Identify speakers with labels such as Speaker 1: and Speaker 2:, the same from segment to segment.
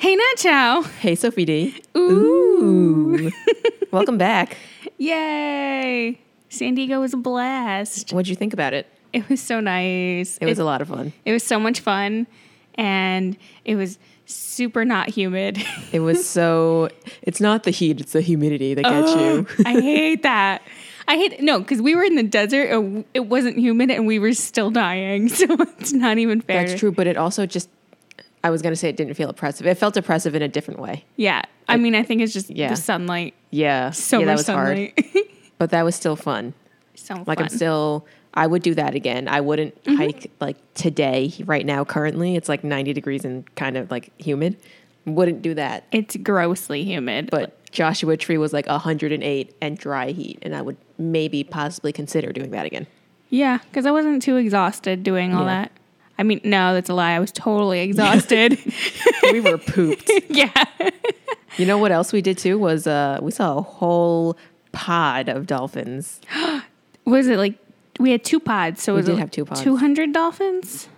Speaker 1: Hey Nacho.
Speaker 2: Hey, Sophie D.
Speaker 1: Ooh.
Speaker 2: Welcome back.
Speaker 1: Yay. San Diego was a blast.
Speaker 2: What'd you think about it?
Speaker 1: It was so nice.
Speaker 2: It was a lot of fun.
Speaker 1: It was so much fun and it was super not humid.
Speaker 2: It was so, it's not the heat, it's the humidity that gets you.
Speaker 1: I hate that. I hate no, because we were in the desert. It, it wasn't humid, and we were still dying. So it's not even fair.
Speaker 2: That's true, but it also just, I was going to say it didn't feel oppressive. It felt oppressive in a different way.
Speaker 1: Yeah, I mean, I think it's just
Speaker 2: Yeah.
Speaker 1: the sunlight.
Speaker 2: Yeah.
Speaker 1: So
Speaker 2: yeah,
Speaker 1: much
Speaker 2: that was hard.
Speaker 1: sunlight.
Speaker 2: But that was still fun. Mm-hmm.
Speaker 1: so
Speaker 2: Like,
Speaker 1: fun.
Speaker 2: I'm still, I would do that again. I wouldn't hike like today, right now, currently. It's like 90 degrees and kind of like humid. Wouldn't do that.
Speaker 1: it's grossly humid,
Speaker 2: But Joshua Tree was like 108 and dry heat, and I would maybe possibly consider doing that again.
Speaker 1: Yeah, because I wasn't too exhausted doing all
Speaker 2: Yeah.
Speaker 1: that. I mean, no, that's a lie. I was totally exhausted.
Speaker 2: we were pooped.
Speaker 1: yeah.
Speaker 2: You know what else we did too was uh, we saw a whole pod of dolphins.
Speaker 1: Was it like we had two pods? So we was
Speaker 2: did
Speaker 1: it
Speaker 2: have two pods.
Speaker 1: Two hundred dolphins,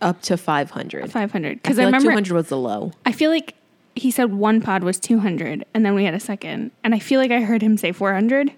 Speaker 2: Up to 500.
Speaker 1: five hundred.
Speaker 2: I
Speaker 1: Because I,
Speaker 2: feel like
Speaker 1: remember,
Speaker 2: 200 was the low.
Speaker 1: I feel like he said one pod was two hundred, and then we had a second, and I feel like I heard him say four hundred.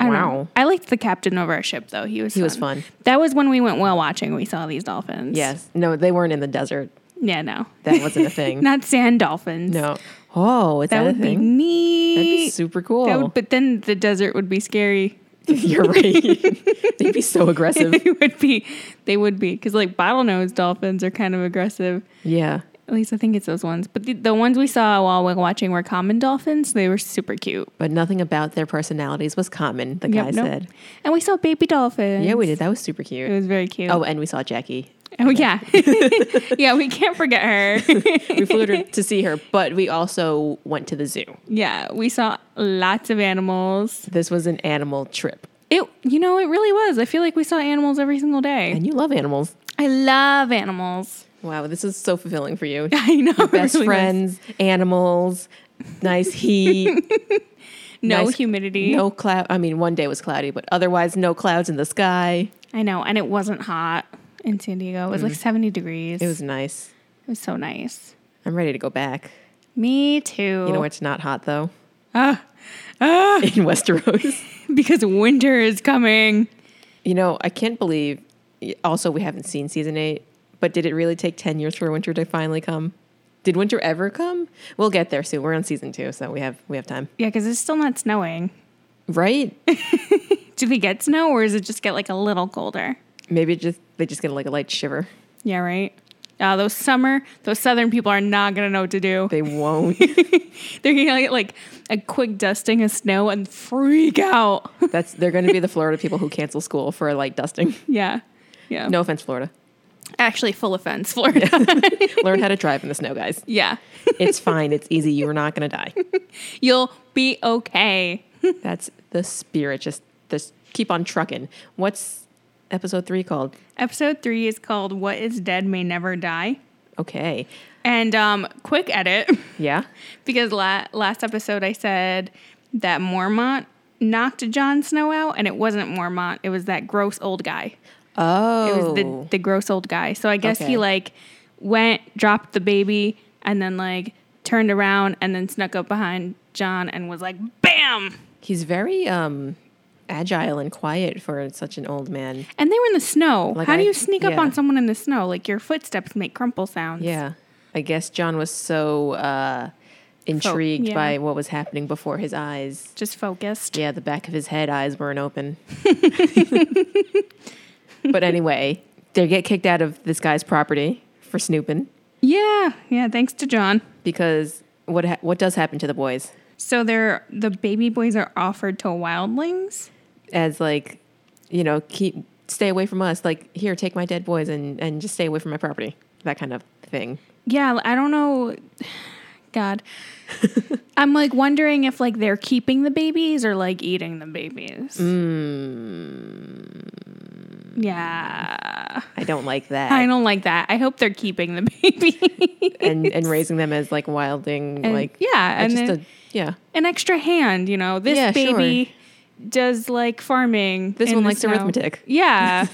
Speaker 1: I don't
Speaker 2: Wow.
Speaker 1: know. I liked the captain of our ship though. He was
Speaker 2: He was fun.
Speaker 1: That was when we went whale watching. We saw these dolphins.
Speaker 2: Yes. No, they weren't in the desert.
Speaker 1: Yeah. No.
Speaker 2: That wasn't a thing.
Speaker 1: Not sand dolphins.
Speaker 2: no. Oh, is that,
Speaker 1: That
Speaker 2: a
Speaker 1: would be
Speaker 2: thing?
Speaker 1: neat.
Speaker 2: That'd be super cool.
Speaker 1: That would, but then the desert would be scary.
Speaker 2: You're right. They'd be so aggressive.
Speaker 1: They would be, they would be, because like bottlenose dolphins are kind of aggressive.
Speaker 2: Yeah.
Speaker 1: At least I think it's those ones. But the, the ones we saw while we were watching were common dolphins. they were super cute.
Speaker 2: But nothing about their personalities was common, the
Speaker 1: Yep,
Speaker 2: guy
Speaker 1: nope.
Speaker 2: said.
Speaker 1: And we saw baby dolphins.
Speaker 2: Yeah, we did. That was super
Speaker 1: It
Speaker 2: cute.
Speaker 1: was very cute.
Speaker 2: Oh, and we saw Jackie.
Speaker 1: oh yeah, yeah. We can't forget her.
Speaker 2: We flew to- to see her, but we also went to the zoo.
Speaker 1: yeah, we saw lots of animals.
Speaker 2: This was an animal trip.
Speaker 1: It, you know, it really was. I feel like we saw animals every single day.
Speaker 2: And you love animals.
Speaker 1: I love animals.
Speaker 2: Wow, this is so fulfilling for you.
Speaker 1: I know. it
Speaker 2: Best
Speaker 1: really was.
Speaker 2: friends, animals, nice heat,
Speaker 1: No
Speaker 2: nice-
Speaker 1: humidity.
Speaker 2: no cloud. I mean, one day was cloudy, but otherwise, no clouds in the sky.
Speaker 1: I know, and it wasn't hot in San Diego. It was like 70 degrees.
Speaker 2: Mm-hmm. It was nice.
Speaker 1: so nice.
Speaker 2: I'm ready to go back.
Speaker 1: Me too.
Speaker 2: You know, it's not hot though. Ah, in Westeros.
Speaker 1: Because winter is coming.
Speaker 2: you know, I can't believe. Also, we haven't seen season eight, but did it really take ten years for winter to finally come? Did winter ever come? We'll get there soon. We're on season two, so we have we have time,
Speaker 1: Yeah, because it's still not snowing.
Speaker 2: right?
Speaker 1: Do they get snow or does it just get like a little colder?
Speaker 2: Maybe it just they just get like a light shiver.
Speaker 1: Yeah, right? Uh, those summer, those southern people are not going to know what to do.
Speaker 2: They won't.
Speaker 1: They're going to get like a quick dusting of snow and freak out.
Speaker 2: That's they're going to be the Florida people who cancel school for like dusting.
Speaker 1: yeah. Yeah.
Speaker 2: No offense, Florida.
Speaker 1: Actually, full offense, Florida.
Speaker 2: Learn how to drive in the snow, guys.
Speaker 1: Yeah.
Speaker 2: It's fine. It's easy. You are not going to die.
Speaker 1: You'll be okay.
Speaker 2: That's the spirit. Just just keep on trucking. What's episode three called?
Speaker 1: Episode three is called What is Dead May Never Die.
Speaker 2: Okay.
Speaker 1: And um, quick edit,
Speaker 2: Yeah.
Speaker 1: because la- last episode I said that Mormont knocked Jon Snow out, and it wasn't Mormont. It was that gross old guy.
Speaker 2: Oh.
Speaker 1: It was the, the gross old guy. So I guess
Speaker 2: Okay.
Speaker 1: he like went, dropped the baby, and then like turned around and then snuck up behind John and was like, bam!
Speaker 2: He's very um agile and quiet for such an old man.
Speaker 1: And they were in the snow.
Speaker 2: Like
Speaker 1: How do
Speaker 2: I-
Speaker 1: you sneak up
Speaker 2: yeah.
Speaker 1: on someone in the snow? Like your footsteps make crumple sounds.
Speaker 2: Yeah. I guess John was so uh intrigued
Speaker 1: yeah.
Speaker 2: by what was happening before his eyes.
Speaker 1: Just focused.
Speaker 2: Yeah, the back of his head eyes weren't open. but anyway, they get kicked out of this guy's property for snooping
Speaker 1: Yeah. Yeah. Thanks to John.
Speaker 2: because what ha- what does happen to the boys
Speaker 1: So they're the baby boys are offered to wildlings.
Speaker 2: as like you know keep stay away from us like here take my dead boys and and just stay away from my property that kind of thing
Speaker 1: Yeah, I don't know. God, I'm like wondering if like they're keeping the babies or like eating the babies. Yeah,
Speaker 2: Mm. I don't like
Speaker 1: I
Speaker 2: that
Speaker 1: don't like that. I hope they're keeping the baby.
Speaker 2: and and raising them as like wilding
Speaker 1: And-
Speaker 2: like
Speaker 1: yeah,
Speaker 2: uh,
Speaker 1: and
Speaker 2: just
Speaker 1: then-
Speaker 2: a, yeah
Speaker 1: An extra hand, you know. This
Speaker 2: Yeah, sure.
Speaker 1: baby does like farming.
Speaker 2: This
Speaker 1: in
Speaker 2: one
Speaker 1: the
Speaker 2: likes
Speaker 1: snow.
Speaker 2: arithmetic.
Speaker 1: Yeah,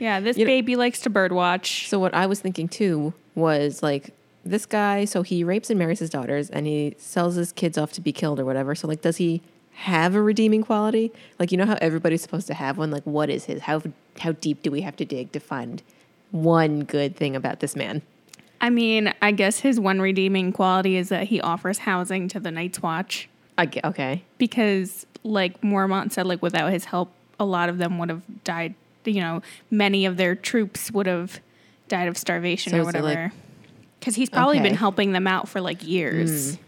Speaker 1: yeah. This
Speaker 2: You know-
Speaker 1: baby likes to birdwatch.
Speaker 2: So what I was thinking too was like this guy, so he rapes and marries his daughters and he sells his kids off to be killed or whatever. So, like, does he have a redeeming quality? Like, you know how everybody's supposed to have one? Like, what is his? How, how deep do we have to dig to find one good thing about this man?
Speaker 1: I mean, I guess his one redeeming quality is that he offers housing to the Night's Watch
Speaker 2: I ge- okay.
Speaker 1: because, like Mormont said, like without his help, a lot of them would have died. You know, many of their troops would have died of starvation
Speaker 2: So
Speaker 1: or
Speaker 2: is it, like-
Speaker 1: whatever. Because he's probably been
Speaker 2: Okay. Hmm.
Speaker 1: helping them out for like years.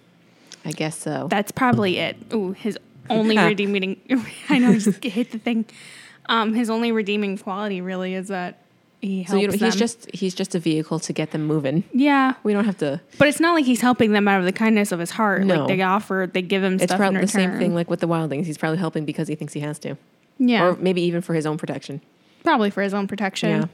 Speaker 2: I guess so.
Speaker 1: That's probably it. Ooh, his only redeeming. I know, I just hit the thing. Um, his only redeeming quality really is that he helps
Speaker 2: so you know,
Speaker 1: them.
Speaker 2: he's just he's just a vehicle to get them moving.
Speaker 1: yeah,
Speaker 2: We don't have to.
Speaker 1: But it's not like he's helping them out of the kindness of his heart.
Speaker 2: No.
Speaker 1: Like they offer, they give him
Speaker 2: It's
Speaker 1: stuff in
Speaker 2: probably
Speaker 1: return.
Speaker 2: the same thing like with the wildlings. He's probably helping because he thinks he has to,
Speaker 1: Yeah,
Speaker 2: or maybe even for his own protection.
Speaker 1: probably for his own protection.
Speaker 2: Yeah.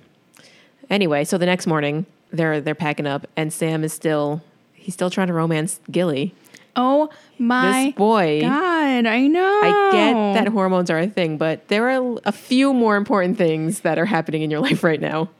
Speaker 2: Anyway, so the next morning they're they're packing up, and Sam is still he's still trying to romance Gilly.
Speaker 1: Oh
Speaker 2: This
Speaker 1: my
Speaker 2: boy,
Speaker 1: god, I know.
Speaker 2: I get that hormones are a thing, but there are a few more important things that are happening in your life right now.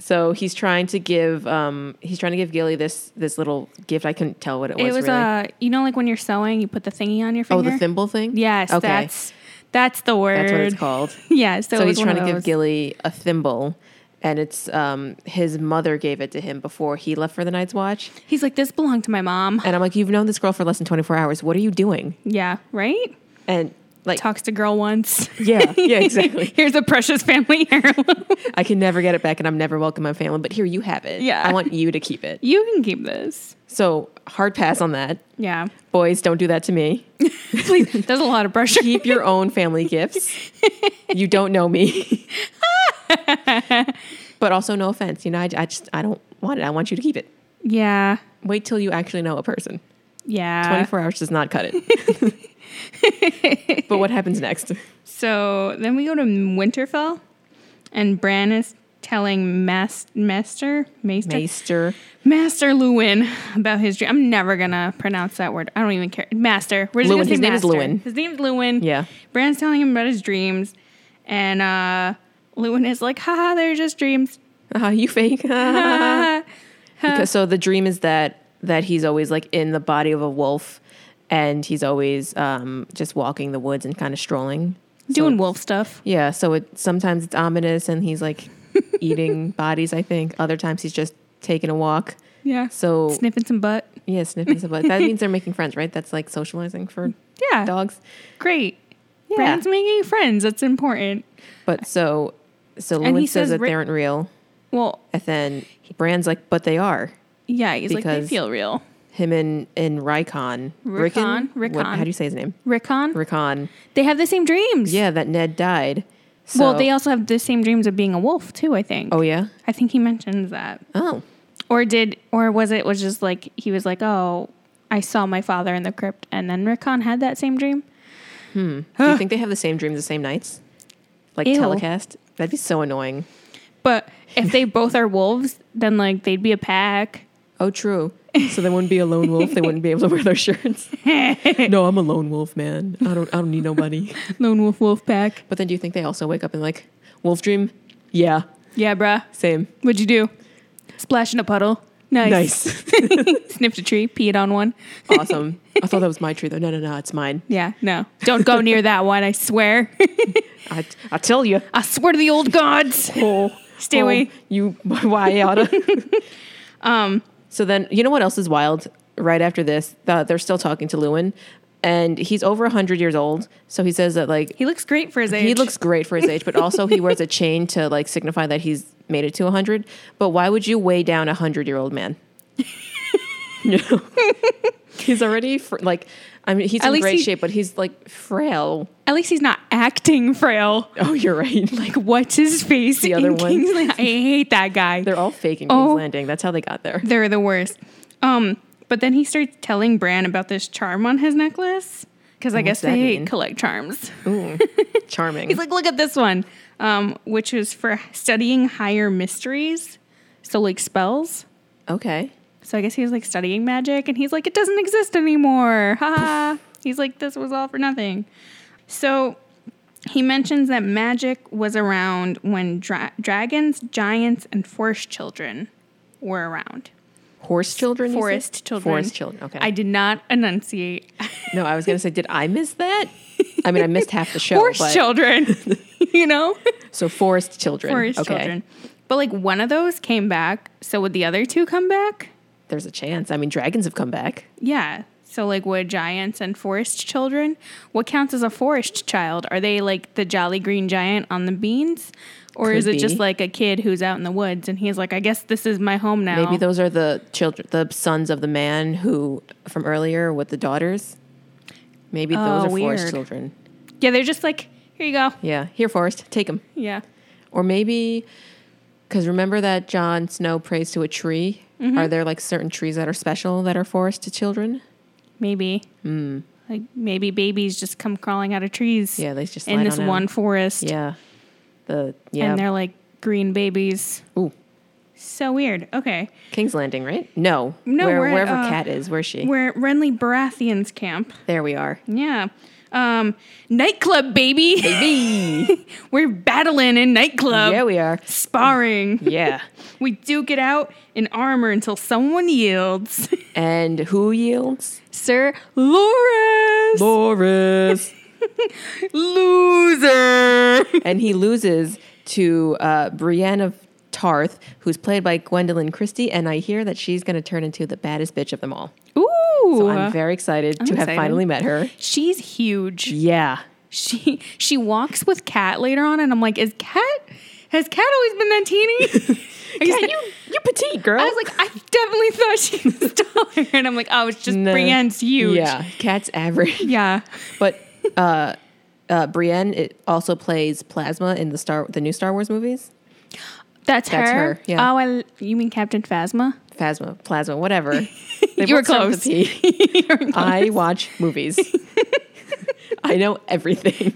Speaker 2: So he's trying to give um he's trying to give Gilly this this little gift. I couldn't tell what it was.
Speaker 1: It was
Speaker 2: really.
Speaker 1: uh, you know, like when you're sewing, you put the thingy on your
Speaker 2: oh
Speaker 1: finger.
Speaker 2: the thimble thing.
Speaker 1: Yes,
Speaker 2: okay,
Speaker 1: that's that's the word.
Speaker 2: that's what it's called.
Speaker 1: Yeah, so,
Speaker 2: so
Speaker 1: it was
Speaker 2: he's
Speaker 1: one
Speaker 2: trying to
Speaker 1: of
Speaker 2: give
Speaker 1: those.
Speaker 2: Gilly a thimble, and it's um his mother gave it to him before he left for the Night's Watch.
Speaker 1: He's like, this belonged to my mom.
Speaker 2: And I'm like, you've known this girl for less than 24 hours. What are you doing?
Speaker 1: Yeah, right.
Speaker 2: And like,
Speaker 1: Talks to girl once.
Speaker 2: yeah, yeah, exactly.
Speaker 1: Here's a precious family heirloom.
Speaker 2: I can never get it back, and I'm never welcome in my family. But here, you have it.
Speaker 1: Yeah.
Speaker 2: I want you to keep it.
Speaker 1: you can keep this.
Speaker 2: So hard pass on that.
Speaker 1: Yeah,
Speaker 2: Boys, don't do that to me.
Speaker 1: please. There's a lot of pressure.
Speaker 2: Keep your own family gifts. You don't know me. but also, no offense. You know, I, I just I don't want it. I want you to keep it.
Speaker 1: Yeah,
Speaker 2: Wait till you actually know a person.
Speaker 1: yeah.
Speaker 2: 24 hours does not cut it. but what happens next?
Speaker 1: So then we go to Winterfell, and Bran is telling Mas- Master Maester
Speaker 2: Maester.
Speaker 1: Master Lewin about his dream. I'm never gonna pronounce that word. I don't even care. Master. We're just
Speaker 2: Lewin.
Speaker 1: Gonna say
Speaker 2: His name is
Speaker 1: Master.
Speaker 2: Lewin.
Speaker 1: His name's Lewin.
Speaker 2: Yeah.
Speaker 1: Bran's telling him about his dreams, and uh, Lewin is like, "Ha, they're just dreams."
Speaker 2: Uh, you fake. Uh-huh.
Speaker 1: Uh-huh.
Speaker 2: because so the dream is that that he's always like in the body of a wolf and he's always um just walking the woods and kind of strolling
Speaker 1: Doing wolf stuff.
Speaker 2: yeah so it sometimes it's ominous and he's like eating bodies i think other times he's just taking a walk
Speaker 1: Yeah.
Speaker 2: so
Speaker 1: Sniffing some butt.
Speaker 2: yeah sniffing some blood. that means they're making friends right that's like socializing for
Speaker 1: Yeah.
Speaker 2: dogs
Speaker 1: Great.
Speaker 2: Yeah.
Speaker 1: Bran's making friends. That's important.
Speaker 2: but so so
Speaker 1: And he
Speaker 2: Lewin says
Speaker 1: says
Speaker 2: that
Speaker 1: Ri-
Speaker 2: they aren't real
Speaker 1: Well,
Speaker 2: and then brand's like but they are
Speaker 1: yeah. He's like, they
Speaker 2: Because-
Speaker 1: feel real.
Speaker 2: him and and Rikon.
Speaker 1: Rickon?
Speaker 2: What,
Speaker 1: Rickon.
Speaker 2: how do you say his name?
Speaker 1: Rickon.
Speaker 2: Rickon.
Speaker 1: They have the same dreams.
Speaker 2: Yeah, that Ned died. So,
Speaker 1: well, they also have the same dreams of being a wolf too. I think.
Speaker 2: Oh yeah.
Speaker 1: I think he mentions that.
Speaker 2: Oh.
Speaker 1: Or did? Or was it? Was just like he was like, oh, I saw my father in the crypt, and then Rickon had that same dream.
Speaker 2: Do you think they have the same dreams the same nights? Like
Speaker 1: Ew.
Speaker 2: telecast? That'd be so annoying.
Speaker 1: But if they both are wolves, then like they'd be a pack.
Speaker 2: Oh, true. So they wouldn't be a lone wolf. They wouldn't be able to wear their shirts. no, I'm a lone wolf, man. I don't. I don't need nobody.
Speaker 1: Lone wolf, wolf pack.
Speaker 2: But then, do you think they also wake up and like wolf dream? Yeah,
Speaker 1: Yeah, bruh.
Speaker 2: same.
Speaker 1: What'd you do? Splash in a puddle. Nice.
Speaker 2: Nice,
Speaker 1: Sniffed a tree, peed on one.
Speaker 2: awesome. I thought that was my tree though. No, no, no, it's mine.
Speaker 1: Yeah, no. Don't go near that one, I swear.
Speaker 2: I, I tell you.
Speaker 1: I swear to the old gods.
Speaker 2: Oh,
Speaker 1: Stay away.
Speaker 2: You why oughta. um. So then, you know what else is wild? Right after this, uh, they're still talking to Lewin, and he's over hundred years old. So he says that like
Speaker 1: He looks great for his age.
Speaker 2: he looks great for his age, but also he wears a chain to like signify that he's made it to hundred. But why would you weigh down a hundred year old man? you know, he's already fr- like. I mean, he's
Speaker 1: At
Speaker 2: in
Speaker 1: least
Speaker 2: great
Speaker 1: he-
Speaker 2: shape, but he's like frail.
Speaker 1: At least he's not acting frail.
Speaker 2: Oh, you're right.
Speaker 1: Like, what's his face?
Speaker 2: The other
Speaker 1: in
Speaker 2: one.
Speaker 1: King's Land? I hate that guy. They're,
Speaker 2: They're all faking
Speaker 1: Oh.
Speaker 2: King's Landing. That's how they got there.
Speaker 1: the worst. Um, but then he starts telling Bran about this charm on his necklace because I guess
Speaker 2: that
Speaker 1: they
Speaker 2: mean?
Speaker 1: collect charms.
Speaker 2: Ooh, charming.
Speaker 1: He's like, look at this one, um, which is for studying higher mysteries, so like spells.
Speaker 2: Okay.
Speaker 1: So I guess he was like studying magic, and he's like, it doesn't exist anymore. Ha ha. He's like, this was all for nothing. So he mentions that magic was around when dra- dragons, giants, and forest children were around.
Speaker 2: Horse children? you said?
Speaker 1: Forest children.
Speaker 2: Forest children. Okay.
Speaker 1: I did not enunciate.
Speaker 2: no, I was going to say, did I miss that? I mean, I missed half the show.
Speaker 1: Horse
Speaker 2: but-
Speaker 1: children. you know?
Speaker 2: So forest children.
Speaker 1: Forest
Speaker 2: okay.
Speaker 1: children. But like one of those came back. So would the other two come back?
Speaker 2: There's a chance. I mean, dragons have come back.
Speaker 1: Yeah. So like would giants and forest children? What counts as a forest child? Are they like the jolly green giant on the beans? Or is
Speaker 2: Could
Speaker 1: it just
Speaker 2: be.
Speaker 1: like a kid who's out in the woods and he's like, I guess this is my home now.
Speaker 2: Maybe those are the children, the sons of the man who from earlier with the daughters. Maybe those
Speaker 1: Oh,
Speaker 2: are forest
Speaker 1: weird.
Speaker 2: children.
Speaker 1: yeah, they're just like, here you go.
Speaker 2: Yeah, here, forest, take them.
Speaker 1: Yeah.
Speaker 2: Or maybe, because remember that Jon Snow prays to a tree.
Speaker 1: Mm-hmm.
Speaker 2: Are there like certain trees that are special that are forest to children?
Speaker 1: Maybe. Like maybe babies just come crawling out of trees.
Speaker 2: Hmm. Yeah, they just
Speaker 1: in
Speaker 2: slide
Speaker 1: this
Speaker 2: on out.
Speaker 1: one forest.
Speaker 2: Yeah, the yeah.
Speaker 1: And they're like green babies.
Speaker 2: Ooh,
Speaker 1: So weird. Okay.
Speaker 2: King's Landing, right? No,
Speaker 1: No,
Speaker 2: Where,
Speaker 1: we're at,
Speaker 2: wherever
Speaker 1: uh,
Speaker 2: Cat is, where's she?
Speaker 1: We're at Renly Baratheon's camp.
Speaker 2: there we are.
Speaker 1: Yeah. Um, nightclub, baby.
Speaker 2: Baby,
Speaker 1: We're battling in nightclub.
Speaker 2: yeah, we are.
Speaker 1: Sparring.
Speaker 2: Yeah,
Speaker 1: We duke it out in armor until someone yields.
Speaker 2: and who yields?
Speaker 1: Sir Loras.
Speaker 2: Boris,
Speaker 1: Loser.
Speaker 2: and he loses to uh, Brienne of Tarth, who's played by Gwendolyn Christie, and I hear that she's going to turn into the baddest bitch of them all.
Speaker 1: Ooh.
Speaker 2: So I'm very excited to have
Speaker 1: excited.
Speaker 2: finally met her.
Speaker 1: She's huge.
Speaker 2: Yeah.
Speaker 1: she she walks with Kat later on, and I'm like, is Kat has Kat always been that teeny? I,
Speaker 2: Yeah,
Speaker 1: said-
Speaker 2: you you petite girl.
Speaker 1: I was like, I definitely thought she was taller, and I'm like, oh, it's just
Speaker 2: No.
Speaker 1: Brienne's huge.
Speaker 2: Yeah, cat's average.
Speaker 1: yeah.
Speaker 2: But uh, uh, Brienne it also plays Plasma in the Star the new Star Wars movies.
Speaker 1: That's,
Speaker 2: That's
Speaker 1: her.
Speaker 2: her, yeah.
Speaker 1: Oh, I, you mean Captain Phasma?
Speaker 2: Phasma, Plasma, whatever. They
Speaker 1: You were
Speaker 2: both start with
Speaker 1: close.
Speaker 2: a P. I watch movies. I know everything.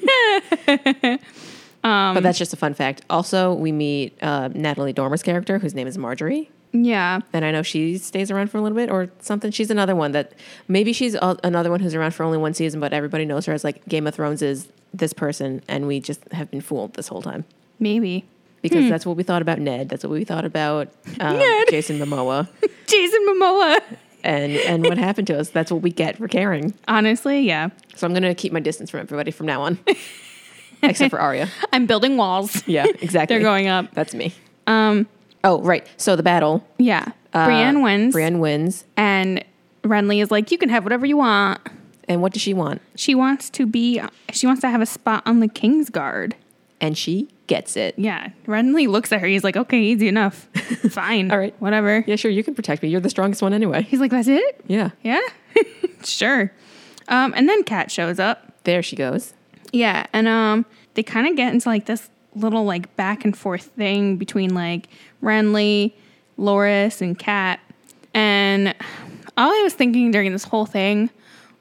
Speaker 1: Um,
Speaker 2: but that's just a fun fact. Also, we meet uh, Natalie Dormer's character, whose name is Marjorie.
Speaker 1: Yeah.
Speaker 2: And I know she stays around for a little bit or something. She's another one that maybe she's a- another one who's around for only one season, but everybody knows her as like Game of Thrones is this person, and we just have been fooled this whole time
Speaker 1: Maybe.
Speaker 2: because that's what we thought about Ned. That's what we thought about um,
Speaker 1: Hmm. Ned.
Speaker 2: Jason Momoa,
Speaker 1: Jason Momoa.
Speaker 2: and and what happened to us. That's what we get for caring.
Speaker 1: Honestly, yeah.
Speaker 2: So I'm gonna keep my distance from everybody from now on, except for Arya.
Speaker 1: I'm building walls.
Speaker 2: Yeah, exactly.
Speaker 1: They're going up.
Speaker 2: That's me.
Speaker 1: Um.
Speaker 2: Oh right. So the battle.
Speaker 1: Yeah.
Speaker 2: uh,
Speaker 1: Brienne wins,
Speaker 2: Brienne wins.
Speaker 1: and Renly is like, you can have whatever you want.
Speaker 2: And what does she want?
Speaker 1: She wants to be. She wants to have a spot on the King's Guard.
Speaker 2: And she gets it.
Speaker 1: Yeah, Renly looks at her. He's like, "Okay, easy enough. Fine.
Speaker 2: All right.
Speaker 1: whatever."
Speaker 2: Yeah, sure. You can protect me. You're the strongest one anyway.
Speaker 1: He's like, "That's it?
Speaker 2: Yeah.
Speaker 1: Yeah, sure." Um, and then Kat shows up.
Speaker 2: There she goes.
Speaker 1: Yeah, and um, they kind of get into like this little like back and forth thing between like Renly, Loris, and Kat. And all I was thinking during this whole thing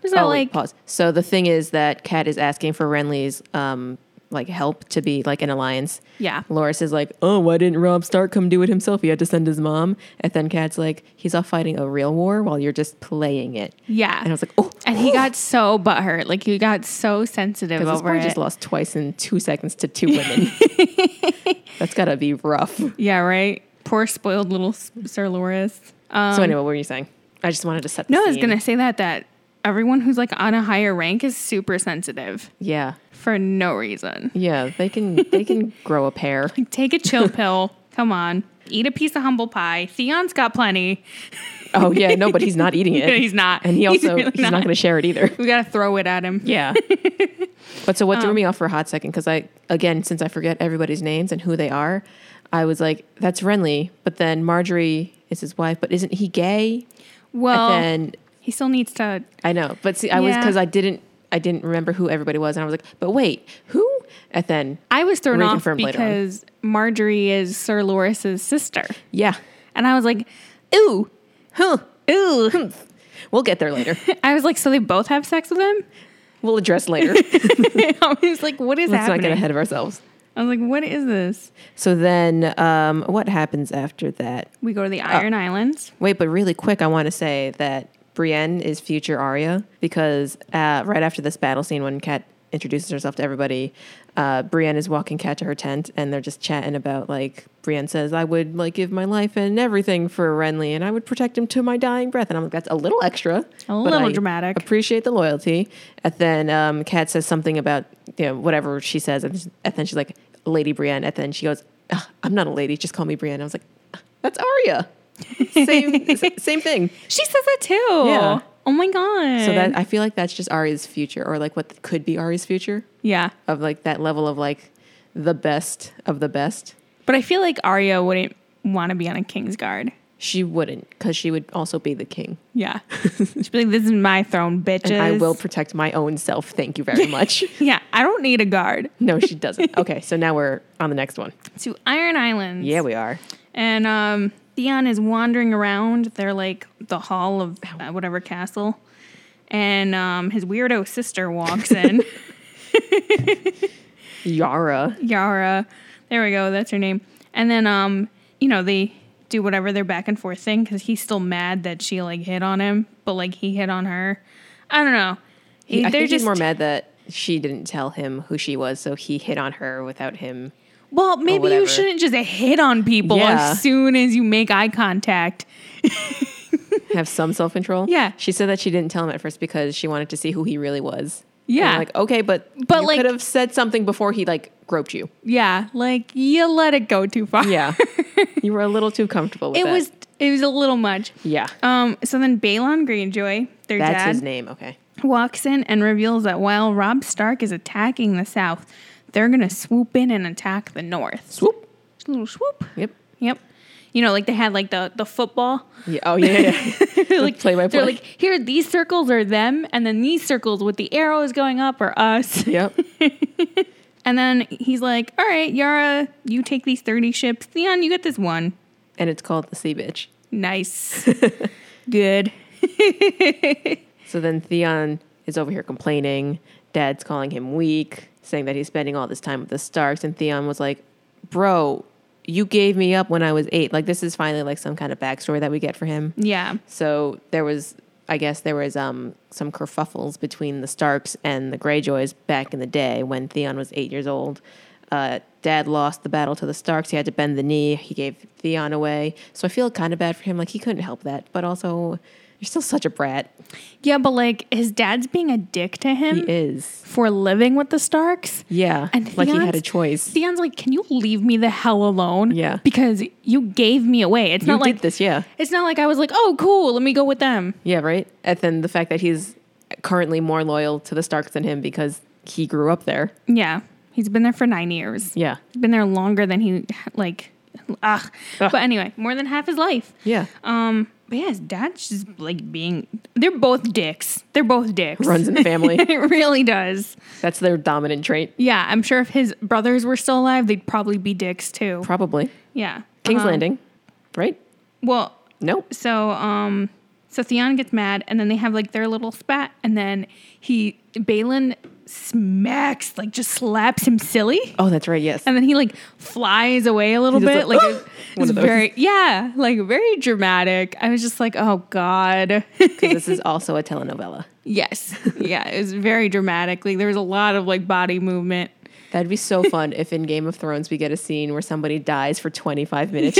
Speaker 1: was that
Speaker 2: oh, wait,
Speaker 1: like,
Speaker 2: pause. So the thing is that Kat is asking for Renly's um like help to be like an alliance.
Speaker 1: yeah,
Speaker 2: Loris is like, oh, why didn't Rob Stark come do it himself? He had to send his mom. And then Kat's like, he's off fighting a real war while you're just playing it.
Speaker 1: yeah.
Speaker 2: And I was like, oh,
Speaker 1: and he got so butthurt. Like he got so sensitive
Speaker 2: because this
Speaker 1: over
Speaker 2: boy
Speaker 1: it.
Speaker 2: just lost twice in two seconds to two women. That's gotta be rough.
Speaker 1: yeah, right. Poor spoiled little S- Sir Loris.
Speaker 2: so anyway, what were you saying? I just wanted to set. The
Speaker 1: Um, No, I was
Speaker 2: scene.
Speaker 1: gonna say that that everyone who's like on a higher rank is super sensitive
Speaker 2: Yeah,
Speaker 1: for no reason.
Speaker 2: yeah. They can they can grow a pair.
Speaker 1: Take a chill pill. Come on, eat a piece of humble pie. Theon's got plenty.
Speaker 2: Oh yeah, no, but he's not eating it.
Speaker 1: he's not,
Speaker 2: and he also he's,
Speaker 1: really
Speaker 2: not. going to share it either.
Speaker 1: We gotta throw it at him.
Speaker 2: Yeah. but so what
Speaker 1: Um,
Speaker 2: threw me off for a hot second because I again since I forget everybody's names and who they are, I was like, that's Renly, but then Marjorie is his wife, but isn't he gay?
Speaker 1: Well,
Speaker 2: And then
Speaker 1: he still needs to.
Speaker 2: I know, but see, I was
Speaker 1: Oh. Yeah.
Speaker 2: because I didn't I didn't remember who everybody was, and I was like, but wait, who? And then
Speaker 1: I was thrown off
Speaker 2: Reconfirmed later on.
Speaker 1: because Marjorie is Sir Loris's sister,
Speaker 2: yeah,
Speaker 1: and I was like, ooh,
Speaker 2: huh?
Speaker 1: ooh.
Speaker 2: We'll get there later.
Speaker 1: I was like, so they both have sex with him.
Speaker 2: we'll address later.
Speaker 1: I was like, what is
Speaker 2: Let's not
Speaker 1: happening?
Speaker 2: get ahead of ourselves.
Speaker 1: I was like, what is this?
Speaker 2: So then, um, what happens after that?
Speaker 1: We go to
Speaker 2: Uh,
Speaker 1: the Iron Islands.
Speaker 2: Wait, but really quick, I want to say that Brienne is future Arya because uh, right after this battle scene, when Kat introduces herself to everybody, uh, Brienne is walking Kat to her tent, and they're just chatting about like Brienne says, "I would like give my life and everything for Renly, and I would protect him to my dying breath." And I'm like, "That's a little extra,
Speaker 1: A
Speaker 2: but
Speaker 1: little
Speaker 2: I
Speaker 1: dramatic.
Speaker 2: Appreciate the loyalty." And then um, Kat says something about you know whatever she says, and, and then she's like, "Lady Brienne," and then she goes, "Ugh, "I'm not a lady, just call me Brienne." I was like, "Ugh, "That's Arya." same, s- same thing.
Speaker 1: She says that too.
Speaker 2: Yeah.
Speaker 1: Oh my god.
Speaker 2: So that I feel like that's just Arya's future, or like what could be Arya's future
Speaker 1: yeah.
Speaker 2: of like that level of like the best of the best.
Speaker 1: But I feel like Arya wouldn't want to be on a king's guard.
Speaker 2: She wouldn't, because she would also be the king,
Speaker 1: Yeah. She'd be like, "This is my throne, bitches."
Speaker 2: and I will protect my own self. Thank you very much.
Speaker 1: Yeah, I don't need a guard.
Speaker 2: no, she doesn't. Okay, so now we're on the next one.
Speaker 1: To Iron Islands.
Speaker 2: Yeah, we are.
Speaker 1: And um, Theon is wandering around. They're like the hall of uh, whatever castle. And um, his weirdo sister walks in,
Speaker 2: Yara.
Speaker 1: Yara. There we go. That's her name. And then, um, you know, they do whatever their back and forth thing because he's still mad that she like hit on him, but like he hit on her. I don't know.
Speaker 2: He, I
Speaker 1: They're
Speaker 2: think he's more mad that she didn't tell him who she was, so he hit on her without him.
Speaker 1: Well, maybe you
Speaker 2: whatever.
Speaker 1: shouldn't just hit on people
Speaker 2: Yeah.
Speaker 1: as soon as you make eye contact.
Speaker 2: Have some self control.
Speaker 1: Yeah.
Speaker 2: She said that she didn't tell him at first because she wanted to see who he really was. And
Speaker 1: Yeah.
Speaker 2: I'm like okay, but
Speaker 1: But,
Speaker 2: you
Speaker 1: like-
Speaker 2: could have said something before he like groped you.
Speaker 1: Yeah, like you let it go too far.
Speaker 2: Yeah, you were a little too comfortable. with
Speaker 1: it
Speaker 2: that.
Speaker 1: was it was a little much.
Speaker 2: Yeah,
Speaker 1: Um, so then Balon Greyjoy, their
Speaker 2: that's
Speaker 1: dad,
Speaker 2: his name. Okay.
Speaker 1: walks in and reveals that while Rob Stark is attacking the South, they're gonna swoop in and attack the North.
Speaker 2: Swoop.
Speaker 1: Just a little swoop.
Speaker 2: Yep.
Speaker 1: Yep. You know, like they had like the the football.
Speaker 2: Yeah. Oh yeah. yeah.
Speaker 1: They're like
Speaker 2: play by
Speaker 1: They're
Speaker 2: play.
Speaker 1: like here these circles are them, and then these circles with the arrows going up are us.
Speaker 2: yep.
Speaker 1: And then he's like, "All right, Yara, you take these thirty ships. Theon, you get this one.
Speaker 2: And it's called the sea bitch.
Speaker 1: Nice, good."
Speaker 2: So then Theon is over here complaining. Dad's calling him weak, saying that he's spending all this time with the Starks. And Theon was like, "Bro, you gave me up when I was eight. Like this is finally like some kind of backstory that we get for him."
Speaker 1: Yeah.
Speaker 2: So there was, I guess, there was um, some kerfuffles between the Starks and the Greyjoys back in the day when Theon was eight years old. Uh, Dad lost the battle to the Starks. He had to bend the knee. He gave Theon away. So I feel kind of bad for him. Like he couldn't help that, but also you're still such a brat.
Speaker 1: Yeah, but like his dad's being a dick to
Speaker 2: He
Speaker 1: him
Speaker 2: is.
Speaker 1: for living with the Starks.
Speaker 2: Yeah,
Speaker 1: Hmm. And
Speaker 2: like he had a
Speaker 1: Theon's-
Speaker 2: choice.
Speaker 1: Theon's like, "Can you leave me the hell alone?"
Speaker 2: Yeah.
Speaker 1: Because you gave me away. It's
Speaker 2: You
Speaker 1: not like
Speaker 2: did this, yeah,
Speaker 1: it's not like I was like, "Oh, cool, let me go with them."
Speaker 2: yeah, right. And then the fact that he's currently more loyal to the Starks than him because he grew up there.
Speaker 1: Yeah. He's been there for 9 years.
Speaker 2: Yeah,
Speaker 1: He's been there longer than he like ugh.
Speaker 2: Ugh.
Speaker 1: But anyway, more than half his life.
Speaker 2: yeah.
Speaker 1: Um, but yeah, his dad's just like being they're both dicks. They're both dicks.
Speaker 2: Runs in the family.
Speaker 1: it really does.
Speaker 2: That's their dominant trait.
Speaker 1: Yeah, I'm sure if his brothers were still alive, they'd probably be dicks too.
Speaker 2: Probably.
Speaker 1: Yeah.
Speaker 2: King's
Speaker 1: Um,
Speaker 2: Landing, right?
Speaker 1: Well,
Speaker 2: Nope.
Speaker 1: so um so Theon gets mad and then they have like their little spat and then he Balin smacks, like just slaps him silly.
Speaker 2: Oh, that's right. Yes.
Speaker 1: And then he like flies away a little
Speaker 2: He's
Speaker 1: bit.
Speaker 2: just
Speaker 1: Like,
Speaker 2: like,
Speaker 1: it's,
Speaker 2: One
Speaker 1: it's
Speaker 2: of those.
Speaker 1: very yeah, like very dramatic. I was just like, oh God.
Speaker 2: this is also a telenovela.
Speaker 1: yes. Yeah. It was very dramatic. Like there was a lot of like body movement.
Speaker 2: That'd be so fun if in Game of Thrones we get a scene where somebody dies for 25 minutes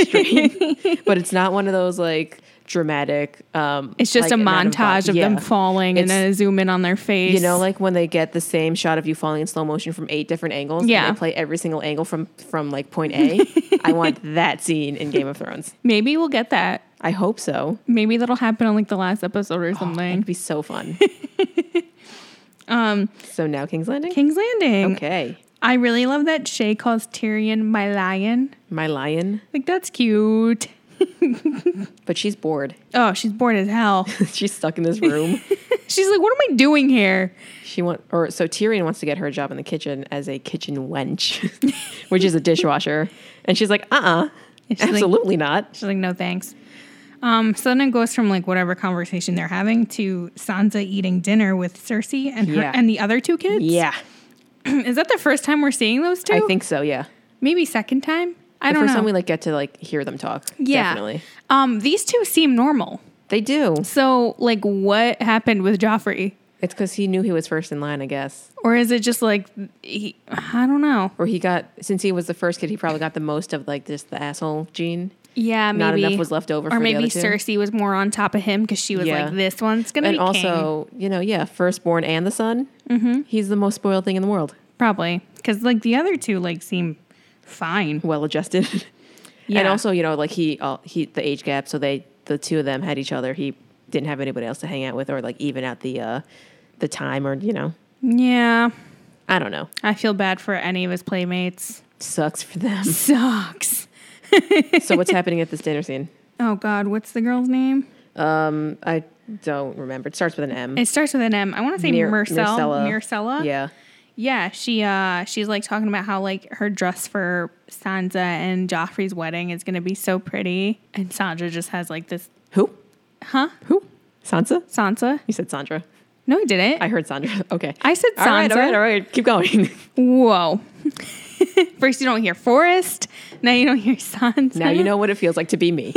Speaker 2: straight. but it's not one of those like dramatic. Um,
Speaker 1: It's just
Speaker 2: like,
Speaker 1: a
Speaker 2: amount
Speaker 1: montage of,
Speaker 2: vo-
Speaker 1: them
Speaker 2: Yeah.
Speaker 1: falling and
Speaker 2: It's-
Speaker 1: then a zoom in on their face.
Speaker 2: You know, like when they get the same shot of you falling in slow motion from eight different angles. and
Speaker 1: Yeah.
Speaker 2: they play every single angle from from like point A. I want that scene in Game of Thrones.
Speaker 1: maybe we'll get that.
Speaker 2: I hope so.
Speaker 1: Maybe that'll happen on like the last episode
Speaker 2: Oh,
Speaker 1: or
Speaker 2: It'd
Speaker 1: something.
Speaker 2: be so fun.
Speaker 1: um,
Speaker 2: so now King's Landing.
Speaker 1: King's Landing.
Speaker 2: okay,
Speaker 1: I really love that Shay calls Tyrion my lion.
Speaker 2: my lion.
Speaker 1: Like that's cute.
Speaker 2: But she's bored.
Speaker 1: Oh, she's bored as hell.
Speaker 2: she's stuck in this room.
Speaker 1: she's like, what am I doing here?
Speaker 2: She want or so Tyrion wants to get her a job in the kitchen as a kitchen wench, which is a dishwasher. And she's like, uh uh
Speaker 1: And she's like-
Speaker 2: absolutely not.
Speaker 1: She's like, no thanks. Um, so then it goes from like whatever conversation they're having to Sansa eating dinner with Cersei and her,
Speaker 2: Yeah.
Speaker 1: and the other two kids.
Speaker 2: Yeah.
Speaker 1: Is that the first time we're seeing those two?
Speaker 2: I think so, yeah.
Speaker 1: maybe second time. I
Speaker 2: The
Speaker 1: don't
Speaker 2: first
Speaker 1: know.
Speaker 2: time we like get to like hear them talk.
Speaker 1: yeah.
Speaker 2: Definitely.
Speaker 1: Um, these two seem normal.
Speaker 2: They do.
Speaker 1: So like, what happened with Joffrey?
Speaker 2: It's because he knew he was first in line, I guess.
Speaker 1: Or is it just like he, I don't know.
Speaker 2: Or he got since he was the first kid, he probably got the most of like just the asshole gene.
Speaker 1: Yeah, maybe
Speaker 2: Not enough was left over
Speaker 1: Or
Speaker 2: for the
Speaker 1: maybe
Speaker 2: other two.
Speaker 1: Cersei was more on top of him because she was
Speaker 2: Yeah.
Speaker 1: like, "This one's gonna
Speaker 2: and
Speaker 1: be king."
Speaker 2: also, you know, yeah, firstborn and the son. Mm-hmm. He's the most spoiled thing in the world.
Speaker 1: Probably because like the other two like seem fine.
Speaker 2: Well adjusted. And
Speaker 1: Yeah.
Speaker 2: also, you know, like he all he the age gap, so they the two of them had each other. He didn't have anybody else to hang out with or like even out the uh the time or you know.
Speaker 1: Yeah,
Speaker 2: I don't know.
Speaker 1: I feel bad for any of his playmates.
Speaker 2: Sucks for them.
Speaker 1: Sucks.
Speaker 2: so what's happening at this dinner scene?
Speaker 1: Oh God, what's the girl's name?
Speaker 2: Um I don't remember. It starts with an M.
Speaker 1: It starts with an M. I want to say
Speaker 2: Mir-
Speaker 1: Marcel.
Speaker 2: Myrcella.
Speaker 1: Myrcella.
Speaker 2: yeah.
Speaker 1: Yeah, she uh she's like talking about how like her dress for Sansa and Joffrey's wedding is gonna be so pretty. And Sansa just has like this
Speaker 2: Who?
Speaker 1: Huh?
Speaker 2: Who? Sansa?
Speaker 1: Sansa?
Speaker 2: You said Sandra.
Speaker 1: No, he didn't.
Speaker 2: I
Speaker 1: I,
Speaker 2: heard Sandra. Okay.
Speaker 1: said Sansa.
Speaker 2: All right, all right, all right. Keep going.
Speaker 1: Whoa. First you don't hear Forest, now you don't hear Sansa.
Speaker 2: now you know what it feels like to be me.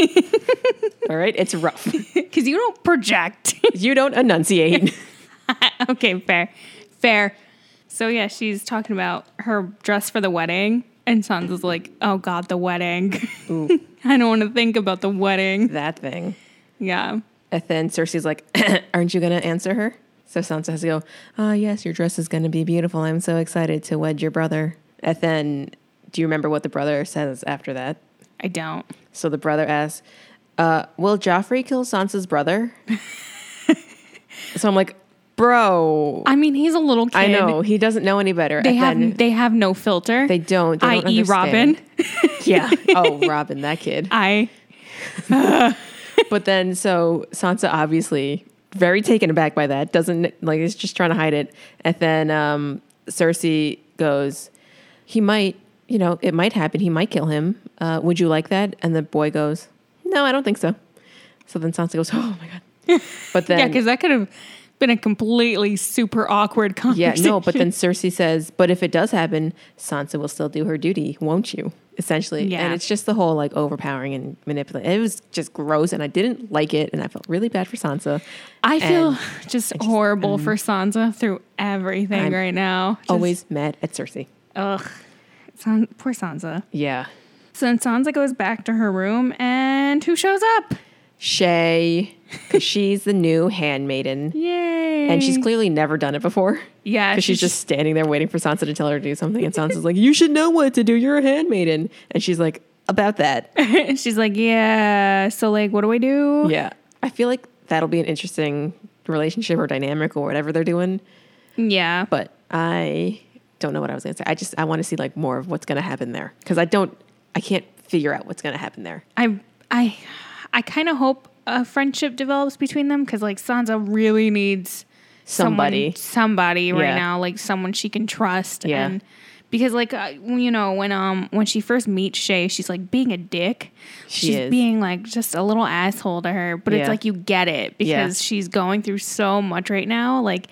Speaker 2: all right, it's rough.
Speaker 1: because you don't project.
Speaker 2: You don't enunciate.
Speaker 1: okay, fair. Fair. So yeah, she's talking about her dress for the wedding. And Sansa's like, oh God, the wedding. I don't want to think about the wedding.
Speaker 2: that thing.
Speaker 1: Yeah.
Speaker 2: And then Cersei's like, "Aren't you going to answer her?" So Sansa has to go. Ah, yes, your dress is going to be beautiful. I'm so excited to wed your brother. And then, do you remember what the brother says after that?
Speaker 1: I don't.
Speaker 2: So the brother asks, uh, "Will Joffrey kill Sansa's brother?" so I'm like, "Bro,
Speaker 1: I mean, he's a little kid.
Speaker 2: I know he doesn't know any better."
Speaker 1: They
Speaker 2: and
Speaker 1: have
Speaker 2: then,
Speaker 1: they have no filter.
Speaker 2: They don't. They don't
Speaker 1: I.e. Robin.
Speaker 2: understand. yeah. Oh, Robin, that kid.
Speaker 1: I
Speaker 2: But then, so Sansa obviously very taken aback by that. Doesn't like is just trying to hide it. And then um, Cersei goes, "He might, you know, it might happen. He might kill him. Uh, would you like that?" And the boy goes, "No, I don't think so." So then Sansa goes, "Oh my god." But
Speaker 1: yeah,
Speaker 2: then
Speaker 1: because that could have been a completely super awkward
Speaker 2: Yeah,
Speaker 1: conversation.
Speaker 2: no, but then Cersei says, but if it does happen, Sansa will still do her duty, won't you? Essentially.
Speaker 1: Yeah.
Speaker 2: And it's just the whole like overpowering and manipulating. It was just gross and I didn't like it and I felt really bad for Sansa.
Speaker 1: I feel
Speaker 2: and mm.
Speaker 1: just, horrible for Sansa through everything
Speaker 2: I'm
Speaker 1: right now. Just-
Speaker 2: Always mad at Cersei.
Speaker 1: ugh. San- poor Sansa.
Speaker 2: Yeah.
Speaker 1: So then Sansa goes back to her room, and who shows up?
Speaker 2: Shay, 'cause she's the new handmaiden.
Speaker 1: Yay!
Speaker 2: And she's clearly never done it before.
Speaker 1: yeah,
Speaker 2: Because she's, just standing there waiting for Sansa to tell her to do something. And Sansa's like, You should know what to do. You're a handmaiden. And she's like, About that.
Speaker 1: she's like, yeah. So like, what do I do?
Speaker 2: Yeah. I feel like that'll be an interesting relationship or dynamic or whatever they're doing.
Speaker 1: Yeah.
Speaker 2: But I don't know what I was going to say. I just, I want to see like more of what's going to happen there. Cause I don't, I can't figure out what's going to happen there.
Speaker 1: I I I kind of hope a friendship develops between them because like Sansa really needs someone-
Speaker 2: Somebody.
Speaker 1: somebody right
Speaker 2: Yeah.
Speaker 1: now, like someone she can trust.
Speaker 2: Yeah.
Speaker 1: And because like uh, you know when um when she first meets Shay, she's like being a dick.
Speaker 2: She
Speaker 1: she's
Speaker 2: is.
Speaker 1: being like just a little asshole to her, but it's
Speaker 2: Yeah.
Speaker 1: like you get it because she's going through so much right now. Like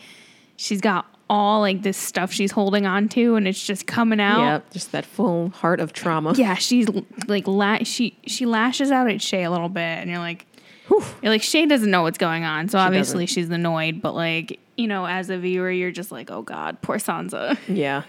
Speaker 1: she's got all like this stuff she's holding on to, and it's just coming out
Speaker 2: Yeah. Just that full heart of trauma.
Speaker 1: yeah, she's l- like la- she she lashes out at Shay a little bit, and you're like,
Speaker 2: Whew.
Speaker 1: you're like Shay doesn't know what's going on, so obviously she's annoyed. But like you know, as a viewer, you're just like, oh god, poor Sansa.
Speaker 2: Yeah.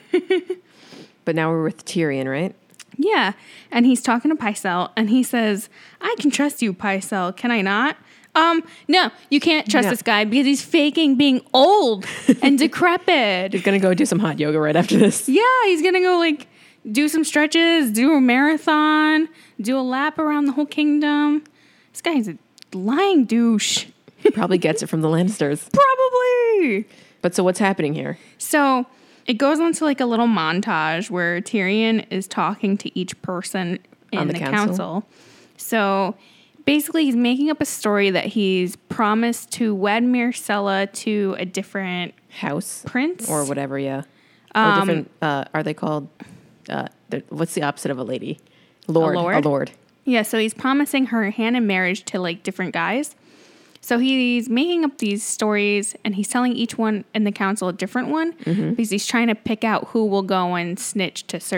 Speaker 2: but now we're with Tyrion, right?
Speaker 1: yeah, and he's talking to Pycelle, and he says, I can trust you, Pycelle. Can I not? Um, no, you can't trust
Speaker 2: No.
Speaker 1: this guy because he's faking being old and decrepit.
Speaker 2: He's going to go do some hot yoga right after this.
Speaker 1: Yeah, he's gonna go like do some stretches, do a marathon, do a lap around the whole kingdom. This guy's a lying douche.
Speaker 2: He probably gets it from the Lannisters.
Speaker 1: Probably.
Speaker 2: But so what's happening here?
Speaker 1: So it goes on to like a little montage where Tyrion is talking to each person in
Speaker 2: On
Speaker 1: the,
Speaker 2: the
Speaker 1: council.
Speaker 2: council.
Speaker 1: So basically, he's making up a story that he's promised to wed Myrcella to a different
Speaker 2: House
Speaker 1: prince
Speaker 2: or whatever. Yeah. or different. Uh, are they called? Uh, the- what's the opposite of a lady? Lord. A lord.
Speaker 1: lord? Yeah, so he's promising her hand in marriage to like different guys. So he's making up these stories and he's telling each one in the council a different one
Speaker 2: Mm-hmm.
Speaker 1: because he's trying to pick out who will go and snitch to
Speaker 2: Mm-hmm.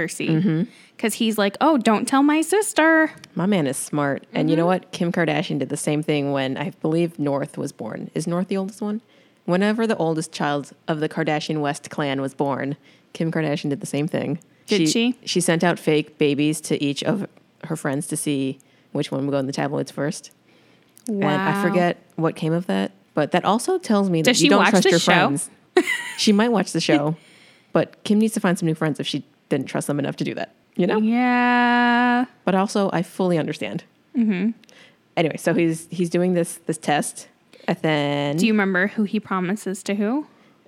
Speaker 1: Cersei. Because he's like, oh, don't tell my sister.
Speaker 2: My man is smart.
Speaker 1: Mm-hmm.
Speaker 2: And you know what? Kim Kardashian did the same thing when I believe North was born. Is North the oldest one? Whenever the oldest child of the Kardashian West clan was born, Kim Kardashian did the same thing.
Speaker 1: Did she?
Speaker 2: She sent out fake babies to each of her friends to see which one would go in the tabloids first. And I
Speaker 1: Wow.
Speaker 2: forget what came of that, but that also tells me that
Speaker 1: Does
Speaker 2: you
Speaker 1: she
Speaker 2: don't
Speaker 1: watch
Speaker 2: trust
Speaker 1: this
Speaker 2: your
Speaker 1: show?
Speaker 2: friends. she might watch the show, but Kim needs to find some new friends if she didn't trust them enough to do that. You know?
Speaker 1: Yeah.
Speaker 2: but also I fully understand. Mm-hmm. Anyway, so he's he's doing this this test, and then
Speaker 1: Do you remember who he promises to who?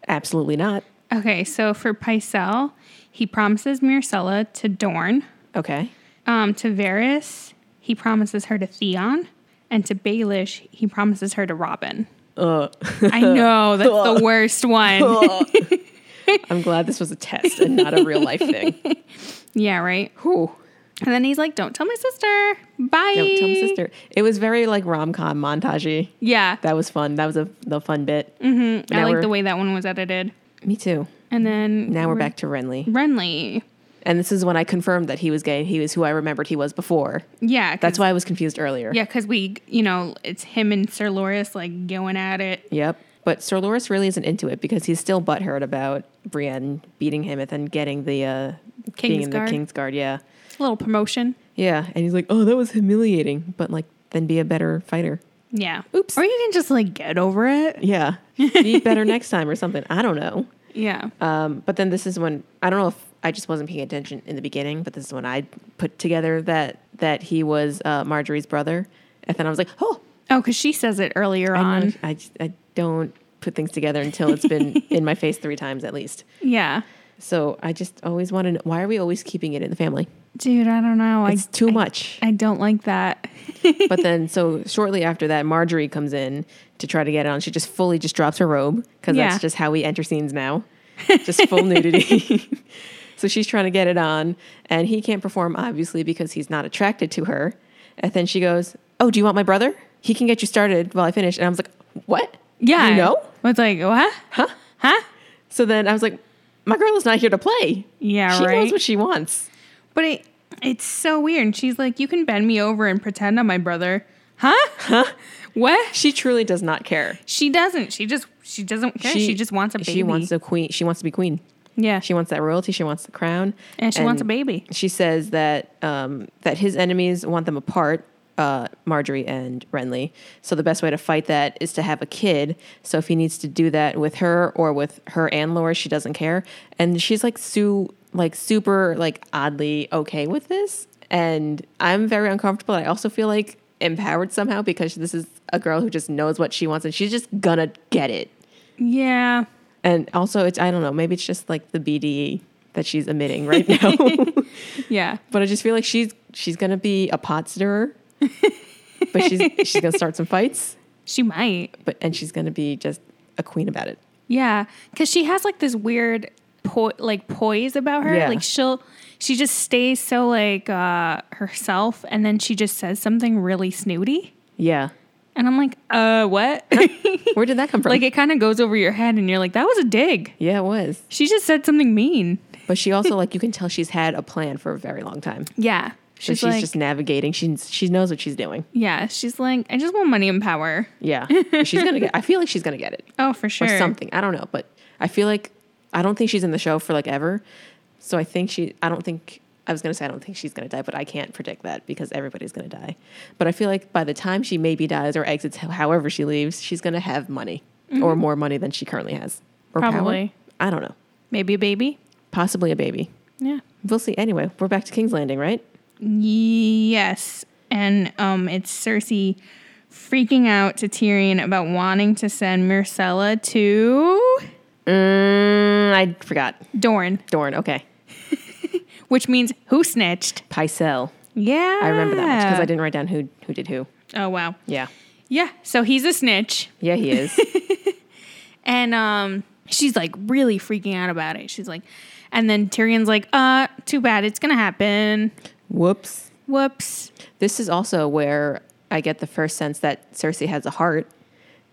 Speaker 2: absolutely not.
Speaker 1: Okay, so for Picel, he promises Myrcella to Dorn.
Speaker 2: Okay,
Speaker 1: Um, to Varys, he promises her to Theon. And to Baelish, he promises her to Robin.
Speaker 2: uh,
Speaker 1: I know, that's the worst one.
Speaker 2: I'm glad this was a test and not a real life thing.
Speaker 1: yeah, right?
Speaker 2: Whew.
Speaker 1: And then he's like, don't tell my sister. Bye.
Speaker 2: Don't tell my sister. It was very like rom com montagey.
Speaker 1: Yeah.
Speaker 2: That was fun. That was a the fun bit.
Speaker 1: I
Speaker 2: now
Speaker 1: like
Speaker 2: we're-
Speaker 1: the way that one was edited.
Speaker 2: Me too.
Speaker 1: And then
Speaker 2: Now we're back to Renly,
Speaker 1: Renly.
Speaker 2: and this is when I confirmed that he was gay. He was who I remembered he was before.
Speaker 1: Yeah.
Speaker 2: That's why I was confused earlier.
Speaker 1: Yeah, because we, you know, it's him and Sir Loris like going at it.
Speaker 2: Yep. But Sir Loris really isn't into it because he's still butthurt about Brienne beating him and then getting the uh, being in the
Speaker 1: Kingsguard.
Speaker 2: King's Guard. Yeah.
Speaker 1: Little promotion.
Speaker 2: Yeah. And he's like, oh, that was humiliating. But like, then be a better fighter.
Speaker 1: Yeah.
Speaker 2: Oops.
Speaker 1: Or you can just like get over it.
Speaker 2: Yeah. be better next time or something. I don't know.
Speaker 1: Yeah.
Speaker 2: Um, but then this is when I don't know if I just wasn't paying attention in the beginning, but this is when I put together that that he was uh, Marjorie's brother. And then I was like, oh,
Speaker 1: Oh, because she says it earlier
Speaker 2: I, know-
Speaker 1: on.
Speaker 2: I, just- I don't put things together until it's been in my face three times at least.
Speaker 1: Yeah.
Speaker 2: So I just always want to know why are we always keeping it in the family?
Speaker 1: Dude, I don't know.
Speaker 2: It's
Speaker 1: I,
Speaker 2: too
Speaker 1: I-
Speaker 2: much.
Speaker 1: I don't like that.
Speaker 2: but then, so shortly after that, Marjorie comes in to try to get it on. She just fully just drops her robe because
Speaker 1: Yeah.
Speaker 2: that's just how we enter scenes now, just full nudity. so she's trying to get it on, and he can't perform obviously because he's not attracted to her. And then she goes, "Oh, do you want my brother? He can get you started while I finish." And I was like, "What?
Speaker 1: Yeah.
Speaker 2: you know?"
Speaker 1: It's like, what? Huh? Huh?
Speaker 2: So then I was like, "My girl is not here to play.
Speaker 1: Yeah,
Speaker 2: she
Speaker 1: right.
Speaker 2: knows what she wants."
Speaker 1: but it, it's so weird. And she's like, you can bend me over and pretend I'm my brother. Huh? Huh? What?
Speaker 2: She truly does not care.
Speaker 1: She doesn't. She just she doesn't care. She, just wants a baby.
Speaker 2: She wants a queen. She wants to be queen.
Speaker 1: yeah.
Speaker 2: She wants that royalty. She wants the crown.
Speaker 1: and she wants a baby.
Speaker 2: She says that um, that his enemies want them apart, uh, Marjorie and Renly. So the best way to fight that is to have a kid. So if he needs to do that with her or with her and Laura, she doesn't care. And she's like Sue, like super, like oddly okay with this. And I'm very uncomfortable. I also feel like empowered somehow because this is a girl who just knows what she wants and she's just gonna get it.
Speaker 1: Yeah.
Speaker 2: And also, it's I don't know. Maybe it's just like the BDE that she's emitting right now.
Speaker 1: Yeah.
Speaker 2: but I just feel like she's she's gonna be a pot stirrer. but she's she's gonna start some fights.
Speaker 1: She might.
Speaker 2: But and she's gonna be just a queen about it.
Speaker 1: Yeah, because she has like this weird, po- like poise about her.
Speaker 2: Yeah.
Speaker 1: Like she'll, she just stays so like uh, herself, and then she just says something really snooty,
Speaker 2: Yeah.
Speaker 1: and I'm like, uh, what?
Speaker 2: Where did that come from?
Speaker 1: like it kind of goes over your head, and you're like, that was a dig.
Speaker 2: yeah, it was.
Speaker 1: She just said something mean.
Speaker 2: But she also like you can tell she's had a plan for a very long time. So
Speaker 1: Yeah, she's,
Speaker 2: she's
Speaker 1: like,
Speaker 2: just navigating. She she knows what she's doing.
Speaker 1: yeah, she's like, I just want money and power.
Speaker 2: Yeah. she's gonna get I feel like she's gonna get it.
Speaker 1: Oh, for sure.
Speaker 2: or something. I don't know, but I feel like I don't think she's in the show for like ever. So I think she. I don't think I was gonna say I don't think she's gonna die, but I can't predict that because everybody's gonna die. But I feel like by the time she maybe dies or exits, ho- however she leaves, she's gonna have money or more money than she currently has. Or power.
Speaker 1: Probably.
Speaker 2: I don't know.
Speaker 1: Maybe a baby.
Speaker 2: Possibly a baby.
Speaker 1: Yeah.
Speaker 2: We'll see. Anyway, we're back to King's Landing, right?
Speaker 1: Yes. And um, it's Cersei freaking out to Tyrion about wanting to send Myrcella to
Speaker 2: Mm, I forgot.
Speaker 1: Dorne,
Speaker 2: Dorn. Okay.
Speaker 1: which means who snitched.
Speaker 2: Pycelle.
Speaker 1: Yeah.
Speaker 2: I remember that much because I didn't write down who who did who.
Speaker 1: Oh, wow.
Speaker 2: Yeah.
Speaker 1: Yeah. So he's a snitch.
Speaker 2: Yeah, he is.
Speaker 1: And um, she's like really freaking out about it. She's like, and then Tyrion's like, uh, too bad. It's going to happen.
Speaker 2: Whoops.
Speaker 1: Whoops.
Speaker 2: This is also where I get the first sense that Cersei has a heart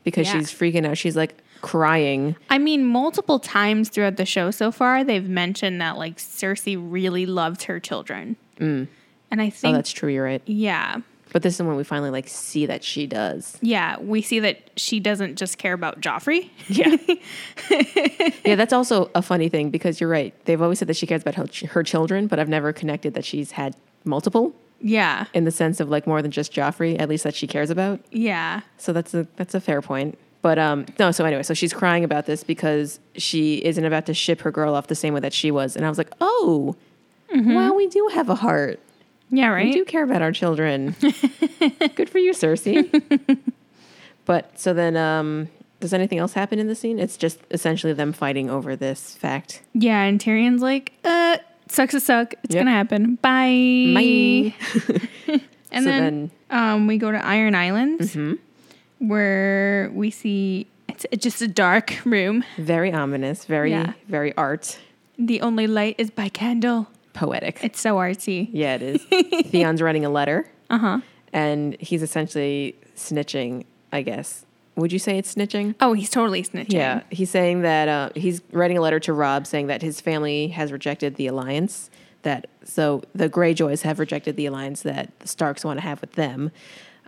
Speaker 2: because
Speaker 1: Yeah.
Speaker 2: she's freaking out. She's like crying. Oh,
Speaker 1: I mean, multiple times throughout the show so far, they've mentioned that like Cersei really loved her children. And I
Speaker 2: Oh,
Speaker 1: think
Speaker 2: that's true. You're right.
Speaker 1: Yeah.
Speaker 2: But this is when we finally like see that she does.
Speaker 1: Yeah, we see that she doesn't just care about Joffrey.
Speaker 2: Yeah. yeah, that's also a funny thing because you're right. They've always said that she cares about her, her children, but I've never connected that she's had multiple
Speaker 1: Yeah.
Speaker 2: in the sense of like more than just Joffrey, at least that she cares about.
Speaker 1: Yeah.
Speaker 2: So that's a that's a fair point. But um no, so anyway, so she's crying about this because she isn't about to ship her girl off the same way that she was. And I was like, "Oh. Well, we do have a heart.
Speaker 1: Yeah,
Speaker 2: We
Speaker 1: right?
Speaker 2: do care about our children. Good for you, Cersei." but so then um does anything else happen in the scene? It's just essentially them fighting over this fact.
Speaker 1: Yeah, and Tyrion's like, uh, sucks to suck. It's
Speaker 2: Yep.
Speaker 1: gonna happen. Bye.
Speaker 2: Bye.
Speaker 1: And
Speaker 2: So
Speaker 1: then, um, we go to Iron Islands
Speaker 2: Mm-hmm.
Speaker 1: where we see it's just a dark room.
Speaker 2: Very ominous, very
Speaker 1: Yeah.
Speaker 2: very art
Speaker 1: The only light is by candle.
Speaker 2: poetic.
Speaker 1: It's so artsy.
Speaker 2: Yeah, it is. Theon's writing a letter. Uh
Speaker 1: Uh-huh.
Speaker 2: huh. And he's essentially snitching, I guess. Would you say it's snitching?
Speaker 1: Oh, he's totally snitching.
Speaker 2: Yeah. He's saying that uh, he's writing a letter to Rob saying that his family has rejected the alliance. That so the Greyjoys have rejected the alliance that the Starks want to have with them.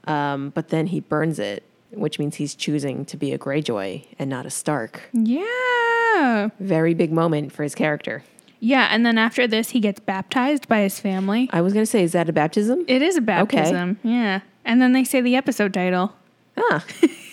Speaker 2: Um, but then he burns it, which means he's choosing to be a Greyjoy and not a Stark.
Speaker 1: Yeah.
Speaker 2: Very big moment for his character.
Speaker 1: Yeah. And then after this, he gets baptized by his family.
Speaker 2: I was going to say, is that a baptism?
Speaker 1: It is a baptism. Yeah. And then they say the episode title.
Speaker 2: Ah,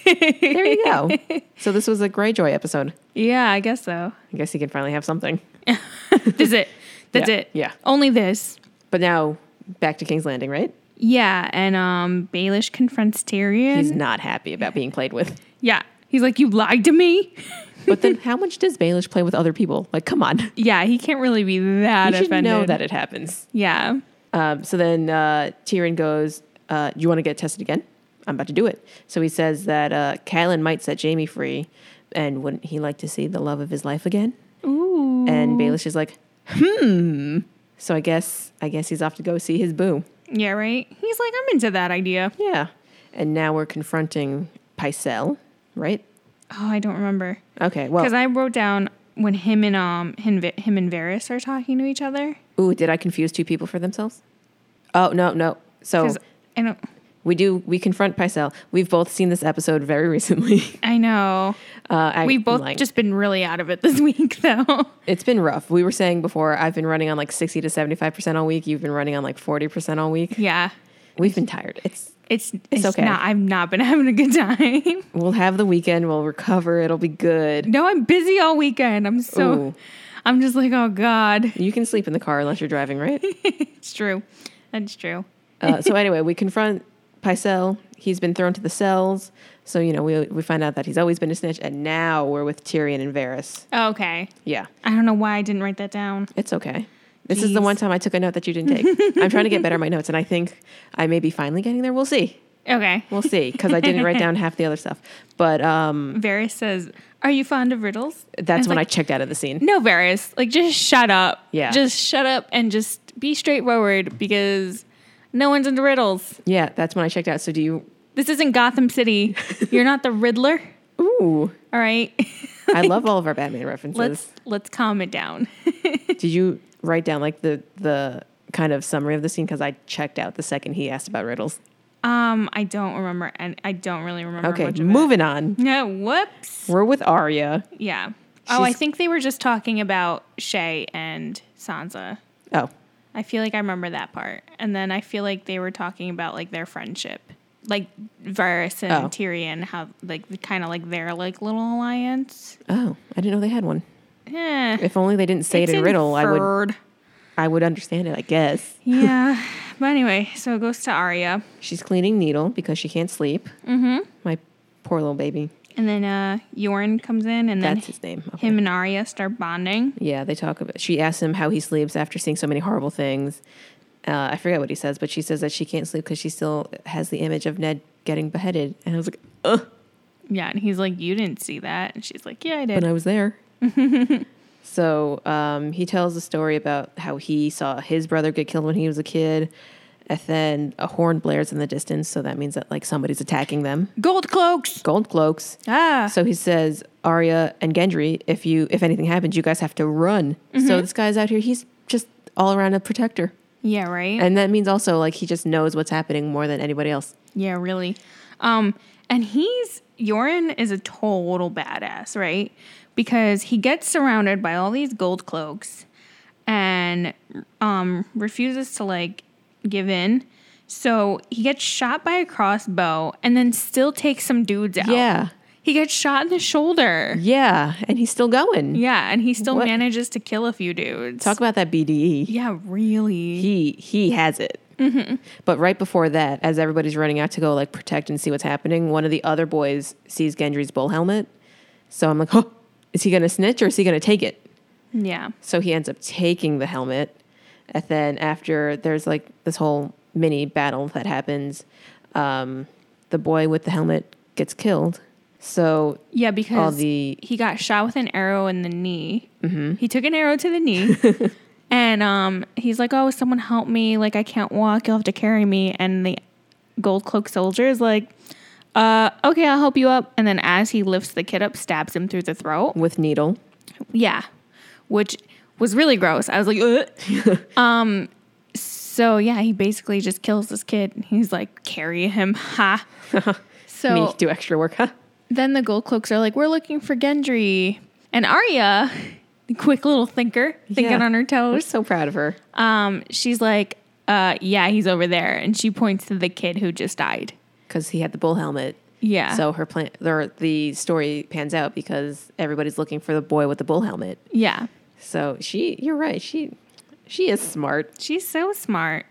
Speaker 2: there you go. So this was a Greyjoy episode.
Speaker 1: Yeah, I guess so.
Speaker 2: I guess he can finally have something.
Speaker 1: That's it. That's
Speaker 2: Yeah,
Speaker 1: it.
Speaker 2: yeah.
Speaker 1: Only this.
Speaker 2: But now back to King's Landing, right?
Speaker 1: Yeah. And um Baelish confronts Tyrion.
Speaker 2: He's not happy about being played with.
Speaker 1: yeah. He's like, You lied to me?
Speaker 2: But then how much does Baelish play with other people? Like, come on. You
Speaker 1: Yeah, he can't really be that
Speaker 2: should
Speaker 1: offended.
Speaker 2: know that it happens.
Speaker 1: Yeah.
Speaker 2: Um, so then uh, Tyrion goes, uh, "You want to get tested again? I'm about to do it." So he says that uh, Catelyn might set Jamie free, and wouldn't he like to see the love of his life again?
Speaker 1: Ooh.
Speaker 2: And Baelish is like, "Hmm." So I guess I guess he's off to go see his boo.
Speaker 1: Yeah, right? He's like, I'm into that idea.
Speaker 2: Yeah. And now we're confronting Pycelle, right?
Speaker 1: Oh, I don't remember.
Speaker 2: Okay. Well,
Speaker 1: Because I wrote down when him and um him, him and Varys are talking to each other.
Speaker 2: ooh, did I confuse two people for themselves? Oh no, no. So
Speaker 1: 'Cause I don't
Speaker 2: we do we confront Pycelle. We've both seen this episode very recently.
Speaker 1: I know.
Speaker 2: Uh, I,
Speaker 1: We've both
Speaker 2: like,
Speaker 1: just been really out of it this week though.
Speaker 2: it's been rough. We were saying before I've been running on like sixty to seventy five percent all week. You've been running on like forty percent all week.
Speaker 1: yeah.
Speaker 2: We've been tired. It's
Speaker 1: It's it's,
Speaker 2: okay.
Speaker 1: not I've not been having a good time.
Speaker 2: we'll have the weekend. We'll recover. It'll be good.
Speaker 1: no, I'm busy all weekend. I'm so
Speaker 2: Ooh.
Speaker 1: I'm just like, oh God.
Speaker 2: You can sleep in the car unless you're driving, right?
Speaker 1: It's true. That's true.
Speaker 2: Uh, so anyway, we confront Picel. He's been thrown to the cells. So you know, we we find out that he's always been a snitch, and now we're with Tyrion and Varys.
Speaker 1: Okay.
Speaker 2: Yeah,
Speaker 1: I don't know why I didn't write that down.
Speaker 2: it's okay. This is the
Speaker 1: Jeez.
Speaker 2: one time I took a note that you didn't take. I'm trying to get better at my notes, and I think I may be finally getting there. We'll see.
Speaker 1: Okay.
Speaker 2: We'll see, because I didn't write down half the other stuff. But um,
Speaker 1: Varys says, Are you fond of riddles?
Speaker 2: that's when
Speaker 1: like,
Speaker 2: I checked out of the scene.
Speaker 1: No, Varys. Like just shut up.
Speaker 2: Yeah.
Speaker 1: Just shut up and just be straightforward because no one's into riddles.
Speaker 2: Yeah, that's when I checked out. So do you?
Speaker 1: This isn't Gotham City. You're not the Riddler.
Speaker 2: Ooh,
Speaker 1: All right.
Speaker 2: I love all of our Batman references.
Speaker 1: let's let's calm it down.
Speaker 2: Did you write down like the the kind of summary of the scene? Because I checked out the second he asked about riddles.
Speaker 1: Um, I don't remember and I don't really remember
Speaker 2: Okay,
Speaker 1: much of it.
Speaker 2: moving on.
Speaker 1: No, whoops.
Speaker 2: We're with Arya.
Speaker 1: Yeah. oh, I
Speaker 2: She's-
Speaker 1: think they were just talking about Shay and Sansa.
Speaker 2: Oh,
Speaker 1: I feel like I remember that part. And then I feel like they were talking about like their friendship. Like Varys and
Speaker 2: Oh.
Speaker 1: Tyrion, how like kind of like their like little alliance.
Speaker 2: oh, I didn't know they had one.
Speaker 1: Eh,
Speaker 2: If only they didn't say
Speaker 1: it's
Speaker 2: it in riddle, I would
Speaker 1: inferred.
Speaker 2: I would understand it. I guess
Speaker 1: yeah. But anyway, so it goes to Arya.
Speaker 2: she's cleaning Needle because she can't sleep. Mm-hmm. My poor little baby.
Speaker 1: And then uh Yoren comes in and then
Speaker 2: That's his name. Okay.
Speaker 1: him and Arya start bonding.
Speaker 2: Yeah, they talk about. She asks him how he sleeps after seeing so many horrible things. Uh, I forget what he says, but she says that she can't sleep because she still has the image of Ned getting beheaded. And I was like, ugh,
Speaker 1: Yeah, and he's like, You didn't see that. And she's like, Yeah, I
Speaker 2: but
Speaker 1: did.
Speaker 2: I was there. so um, he tells a story about how he saw his brother get killed when he was a kid. And then a horn blares in the distance, so that means that like somebody's attacking them.
Speaker 1: Gold cloaks.
Speaker 2: uh, Gold cloaks.
Speaker 1: Ah.
Speaker 2: So he says, Arya and Gendry, if you if anything happens, you guys have to run. So this guy's out here, he's just all around a protector.
Speaker 1: Yeah, right?
Speaker 2: And that means also like he just knows what's happening more than anybody else.
Speaker 1: yeah, really. Um, and he's Yorin is a total badass, right? Because he gets surrounded by all these gold cloaks and um refuses to like give in. So he gets shot by a crossbow and then still takes some dudes out.
Speaker 2: Yeah.
Speaker 1: He gets shot in the shoulder.
Speaker 2: Yeah, and he's still going.
Speaker 1: Yeah, and he still
Speaker 2: What?
Speaker 1: manages to kill a few dudes.
Speaker 2: Talk about that BDE.
Speaker 1: yeah, really.
Speaker 2: He he has it. But right before that, as everybody's running out to go like protect and see what's happening, one of the other boys sees Gendry's bull helmet. So I'm like, "Huh, is he going to snitch or is he going to take it?"
Speaker 1: yeah.
Speaker 2: So he ends up taking the helmet. And then after there's like this whole mini battle that happens, um, the boy with the helmet gets killed. So
Speaker 1: Yeah, because
Speaker 2: the-
Speaker 1: he got shot with an arrow in the knee. Mm-hmm. He took an arrow to the knee, and um, he's like, "Oh, someone help me! Like, I can't walk. You'll have to carry me." And the gold cloak soldier is like, "Uh, okay, I'll help you up." And then as he lifts the kid up, stabs him through the throat.
Speaker 2: with needle,
Speaker 1: Yeah, which was really gross. I was like, "Ugh." um. So yeah, he basically just kills this kid. He's like, "Carry him, ha." So
Speaker 2: me do extra work, huh?
Speaker 1: then the gold cloaks are like, we're looking for Gendry. And Arya, the quick little thinker, thinking
Speaker 2: Yeah.
Speaker 1: on her
Speaker 2: I'm
Speaker 1: toes,
Speaker 2: so proud of her.
Speaker 1: um, she's like, uh, yeah, he's over there. And she points to the kid who just died.
Speaker 2: because he had the bull helmet.
Speaker 1: Yeah.
Speaker 2: So her plan, or the story pans out because everybody's looking for the boy with the bull helmet.
Speaker 1: Yeah.
Speaker 2: So she, you're right. She, she is smart,
Speaker 1: She's so smart.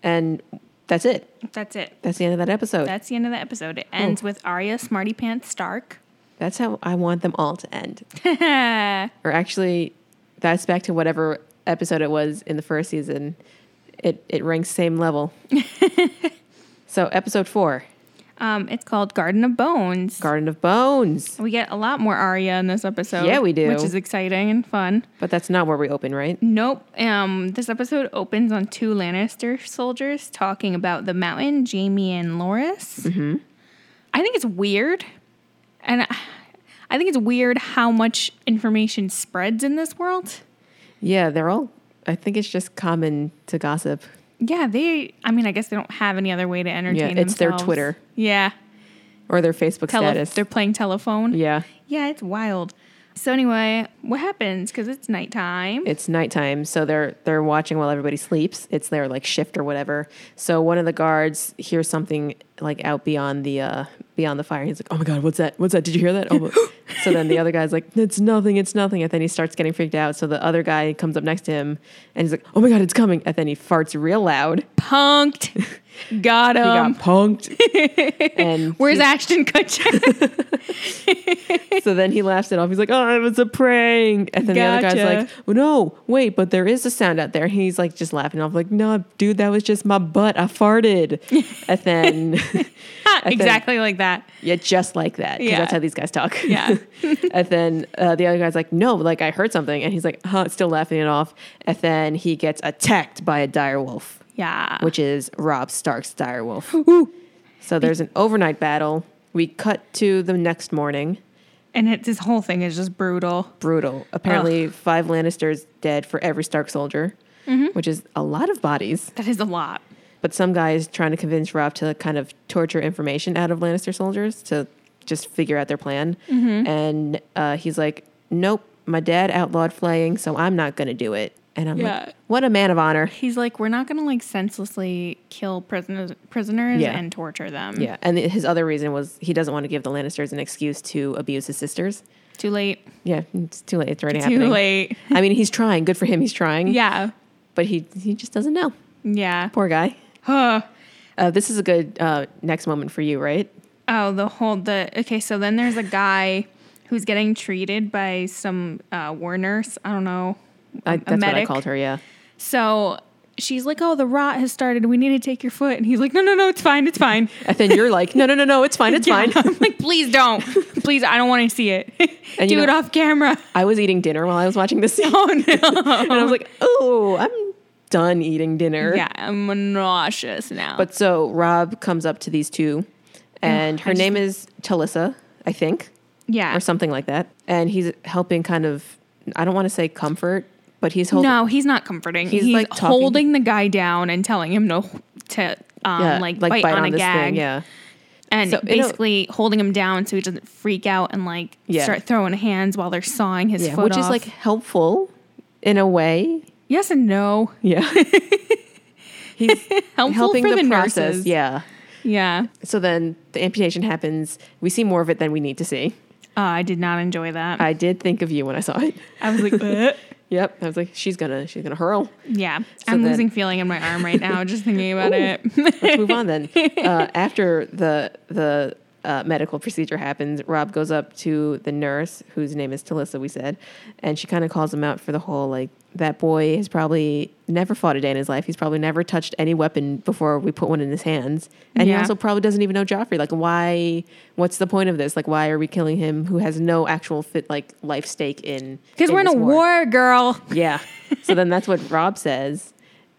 Speaker 2: and that's it.
Speaker 1: That's it.
Speaker 2: That's the end of that episode.
Speaker 1: That's the end of the episode. It ends with Arya Smarty Pants Stark.
Speaker 2: that's how I want them all to end.
Speaker 1: Um,
Speaker 2: Or actually, that's back to whatever episode it was in the first season. It it ranks same level. so episode four,
Speaker 1: Um, it's called Garden of Bones.
Speaker 2: Garden of Bones.
Speaker 1: we get a lot more Arya in this episode.
Speaker 2: Yeah, we do.
Speaker 1: Which is exciting and fun.
Speaker 2: But that's not where we open, right?
Speaker 1: Nope. Um, this episode opens on two Lannister soldiers talking about the mountain, Jamie and Loris. Mm-hmm. I think it's weird, and I- I think it's weird how much information spreads in this world.
Speaker 2: Yeah, they're all. I think it's just common to gossip.
Speaker 1: Yeah, they. I mean, I guess they don't have any other way to entertain.
Speaker 2: it's their
Speaker 1: themselves.
Speaker 2: Twitter
Speaker 1: Yeah,
Speaker 2: or their Facebook
Speaker 1: Tele-
Speaker 2: status.
Speaker 1: they're playing telephone.
Speaker 2: yeah,
Speaker 1: yeah, it's wild. So anyway, what happens? Because it's nighttime.
Speaker 2: it's nighttime, so they're they're watching while everybody sleeps. It's their like shift or whatever. So one of the guards hears something like out beyond the uh, beyond the fire. He's like, "Oh my god, what's that? What's that? Did you hear that?" Oh, my-" so then the other guy's like, "It's nothing. It's nothing." And then he starts getting freaked out. So the other guy comes up next to him and he's like, "Oh my god, it's coming!" And then he farts real loud.
Speaker 1: Punked. Got
Speaker 2: He
Speaker 1: him.
Speaker 2: got punked. and
Speaker 1: Where's Ashton Kutcher?
Speaker 2: So then he laughs it off. He's like, "Oh, it was a prank." And then the other
Speaker 1: Gotcha.
Speaker 2: guy's like, oh, "No, wait, but there is a sound out there." And he's like, just laughing off, like, "No, dude, that was just my butt. I farted." and then, think-
Speaker 1: exactly like that.
Speaker 2: yeah, just like that, because
Speaker 1: Yeah.
Speaker 2: that's how these guys talk.
Speaker 1: Yeah.
Speaker 2: and then uh, the other guy's like, "No, like I heard something," and he's like, "Huh," still laughing it off. And then he gets attacked by a dire wolf,
Speaker 1: Yeah.
Speaker 2: which is Rob Stark's dire wolf. So there's an overnight battle. We cut to the next morning.
Speaker 1: and it, this whole thing is just brutal.
Speaker 2: brutal. Apparently, five Lannisters dead for every Stark soldier,
Speaker 1: Mm-hmm.
Speaker 2: which is a lot of bodies.
Speaker 1: That is a lot.
Speaker 2: But some guy is trying to convince Rob to kind of torture information out of Lannister soldiers to just figure out their plan.
Speaker 1: Mm-hmm.
Speaker 2: And uh, he's like, "Nope, my dad outlawed flaying, so I'm not going to do it." And I'm
Speaker 1: Yeah. Mm-hmm.
Speaker 2: like, "What a man of honor!"
Speaker 1: He's like, we're not gonna like senselessly kill prisoners, prisoners
Speaker 2: Yeah.
Speaker 1: and torture them.
Speaker 2: Yeah. And his other reason was he doesn't want to give the Lannisters an excuse to abuse his sisters.
Speaker 1: Too late.
Speaker 2: Yeah, it's too late. It's already
Speaker 1: Too
Speaker 2: happening.
Speaker 1: late.
Speaker 2: I mean, he's trying. Good for him. He's trying.
Speaker 1: Yeah.
Speaker 2: But he he just doesn't know.
Speaker 1: Yeah.
Speaker 2: Poor guy.
Speaker 1: Huh.
Speaker 2: Uh, this is a good uh, next moment for you, right?
Speaker 1: Oh, the whole the okay. So then there's a guy who's getting treated by some uh, war nurse. I don't know.
Speaker 2: I,
Speaker 1: a
Speaker 2: that's what I
Speaker 1: medic.
Speaker 2: called her. Yeah,
Speaker 1: So she's like, "Oh, the rot has started. We need to take your foot." And he's like, "No, no, no. It's fine. It's fine."
Speaker 2: and then you're like, no, no, no, no, it's fine, it's
Speaker 1: Yeah.
Speaker 2: fine.
Speaker 1: I'm like, please don't. Please, I don't want to see it.
Speaker 2: And
Speaker 1: Do
Speaker 2: you
Speaker 1: it
Speaker 2: know-
Speaker 1: off camera.
Speaker 2: I was eating dinner while I was watching this, scene,
Speaker 1: Oh no.
Speaker 2: and I was like, oh, I'm done eating dinner.
Speaker 1: yeah, I'm nauseous now.
Speaker 2: But so Rob comes up to these two, and her
Speaker 1: Oh, just-
Speaker 2: name is Talissa, I think,
Speaker 1: yeah,
Speaker 2: or something like that, and he's helping kind of. I don't want to say comfort, but he's holding.
Speaker 1: no, he's not comforting.
Speaker 2: He's,
Speaker 1: He's,
Speaker 2: like,
Speaker 1: like
Speaker 2: talking.
Speaker 1: holding the guy down and telling him to to um,
Speaker 2: yeah,
Speaker 1: like, bite, on, a
Speaker 2: this
Speaker 1: gag
Speaker 2: Thing, yeah.
Speaker 1: and
Speaker 2: So, you know-
Speaker 1: basically holding him down so he doesn't freak out and like
Speaker 2: Yeah.
Speaker 1: start throwing hands while they're sawing his
Speaker 2: Yeah.
Speaker 1: foot
Speaker 2: Which is
Speaker 1: off.
Speaker 2: like helpful in a way.
Speaker 1: yes and no.
Speaker 2: Yeah. he's
Speaker 1: Helpful
Speaker 2: helping
Speaker 1: for
Speaker 2: the,
Speaker 1: the
Speaker 2: process.
Speaker 1: nurses.
Speaker 2: Yeah.
Speaker 1: Yeah,
Speaker 2: So then the amputation happens. We see more of it than we need to see.
Speaker 1: uh, I did not enjoy that. I,
Speaker 2: I did think of you when I saw it.
Speaker 1: was like, "Eh."
Speaker 2: Yep. I was like, she's gonna she's gonna hurl.
Speaker 1: yeah, I'm
Speaker 2: then-
Speaker 1: losing feeling in my arm right now just thinking about
Speaker 2: Ooh.
Speaker 1: it.
Speaker 2: Let's move on then. Uh, after the the uh, medical procedure happens, Rob goes up to the nurse, whose name is Talissa, we said, and she kind of calls him out for the whole like that boy has probably never fought a day in his life. He's probably never touched any weapon before we put one in his hands, and he
Speaker 1: Yeah.
Speaker 2: also probably doesn't even know Joffrey. Like, why? What's the point of this? Like, why are we killing him who has no actual fit like life stake in?
Speaker 1: Because we're in a
Speaker 2: this
Speaker 1: war, girl.
Speaker 2: Yeah. So then that's what Rob says.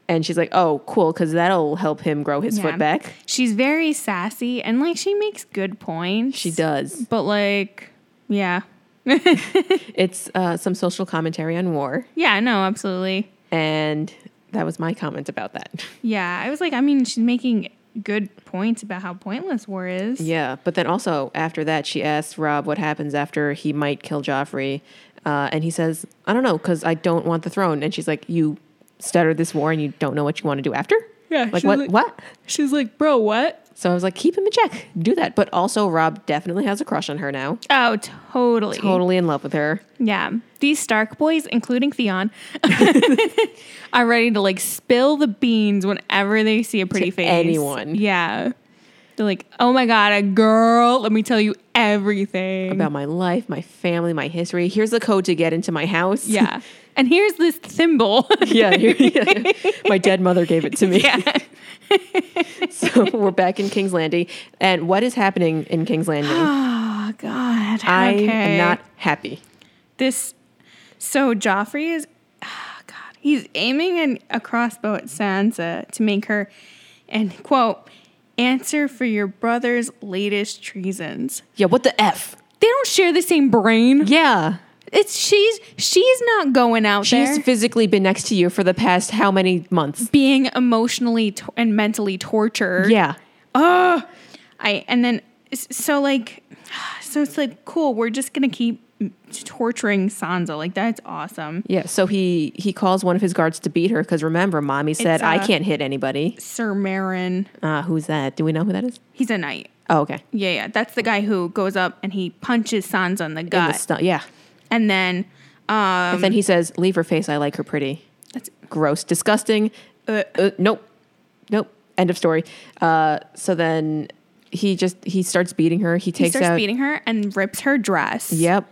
Speaker 2: And she's like, oh, cool, because that'll help him grow his
Speaker 1: Yeah.
Speaker 2: foot back.
Speaker 1: She's very sassy and like she makes good points.
Speaker 2: She does.
Speaker 1: But like, yeah.
Speaker 2: It's uh, some social commentary on war.
Speaker 1: Yeah, no, absolutely.
Speaker 2: And that was my comment about that.
Speaker 1: Yeah, I was like, I mean, she's making good points about how pointless war is.
Speaker 2: Yeah. But then also after that, she asks Rob what happens after he might kill Joffrey. Uh, and he says, I don't know, because I don't want the throne. And she's like, you started this war and you don't know what you want to do after?
Speaker 1: Yeah,
Speaker 2: Like,
Speaker 1: she's
Speaker 2: what?
Speaker 1: like-
Speaker 2: what?
Speaker 1: She's like, bro, what?
Speaker 2: So I was like, keep him in check. Do that. But also, Rob definitely has a crush on her now.
Speaker 1: Oh, totally.
Speaker 2: Totally in love with her.
Speaker 1: Yeah. These Stark boys, including Theon, are ready to like spill the beans whenever they see a pretty
Speaker 2: To
Speaker 1: face.
Speaker 2: anyone.
Speaker 1: Yeah. They're like, oh my God, a girl. Let me tell you everything.
Speaker 2: about my life, my family, my history. Here's the code to get into my house.
Speaker 1: yeah. And here's this thimble.
Speaker 2: yeah, here- yeah. My dead mother gave it to me.
Speaker 1: yeah.
Speaker 2: So we're back in King's Landing. And what is happening in King's Landing?
Speaker 1: Oh God.
Speaker 2: I
Speaker 1: okay.
Speaker 2: am not happy.
Speaker 1: this. So Joffrey is. ah, God, he's aiming an, a crossbow at Sansa to make her, and quote, answer for your brother's latest treasons.
Speaker 2: Yeah, what the F?
Speaker 1: They don't share the same brain.
Speaker 2: Yeah.
Speaker 1: It's she's she's not going out
Speaker 2: She's
Speaker 1: there
Speaker 2: physically been next to you for the past how many months?
Speaker 1: being emotionally to- and mentally tortured.
Speaker 2: Yeah.
Speaker 1: oh i and then s- so like so it's like cool we're just gonna keep mm, torturing sansa like that's awesome
Speaker 2: Yeah. So he he calls one of his guards to beat her because remember, mommy said
Speaker 1: It's,
Speaker 2: I
Speaker 1: uh,
Speaker 2: can't hit anybody.
Speaker 1: sir marin
Speaker 2: Uh, who's that? Do we know who that is?
Speaker 1: he's a knight
Speaker 2: Oh, okay.
Speaker 1: yeah yeah that's the guy who goes up and he punches sansa in the
Speaker 2: In the
Speaker 1: gut
Speaker 2: stu- yeah.
Speaker 1: and then um
Speaker 2: But then he says, "Leave her face. I like her pretty."
Speaker 1: that's
Speaker 2: gross, disgusting. Uh, uh, nope, nope. End of story. Uh, so then he just he starts beating her. He
Speaker 1: he
Speaker 2: takes
Speaker 1: starts
Speaker 2: out.
Speaker 1: beating her and rips her dress
Speaker 2: Yep.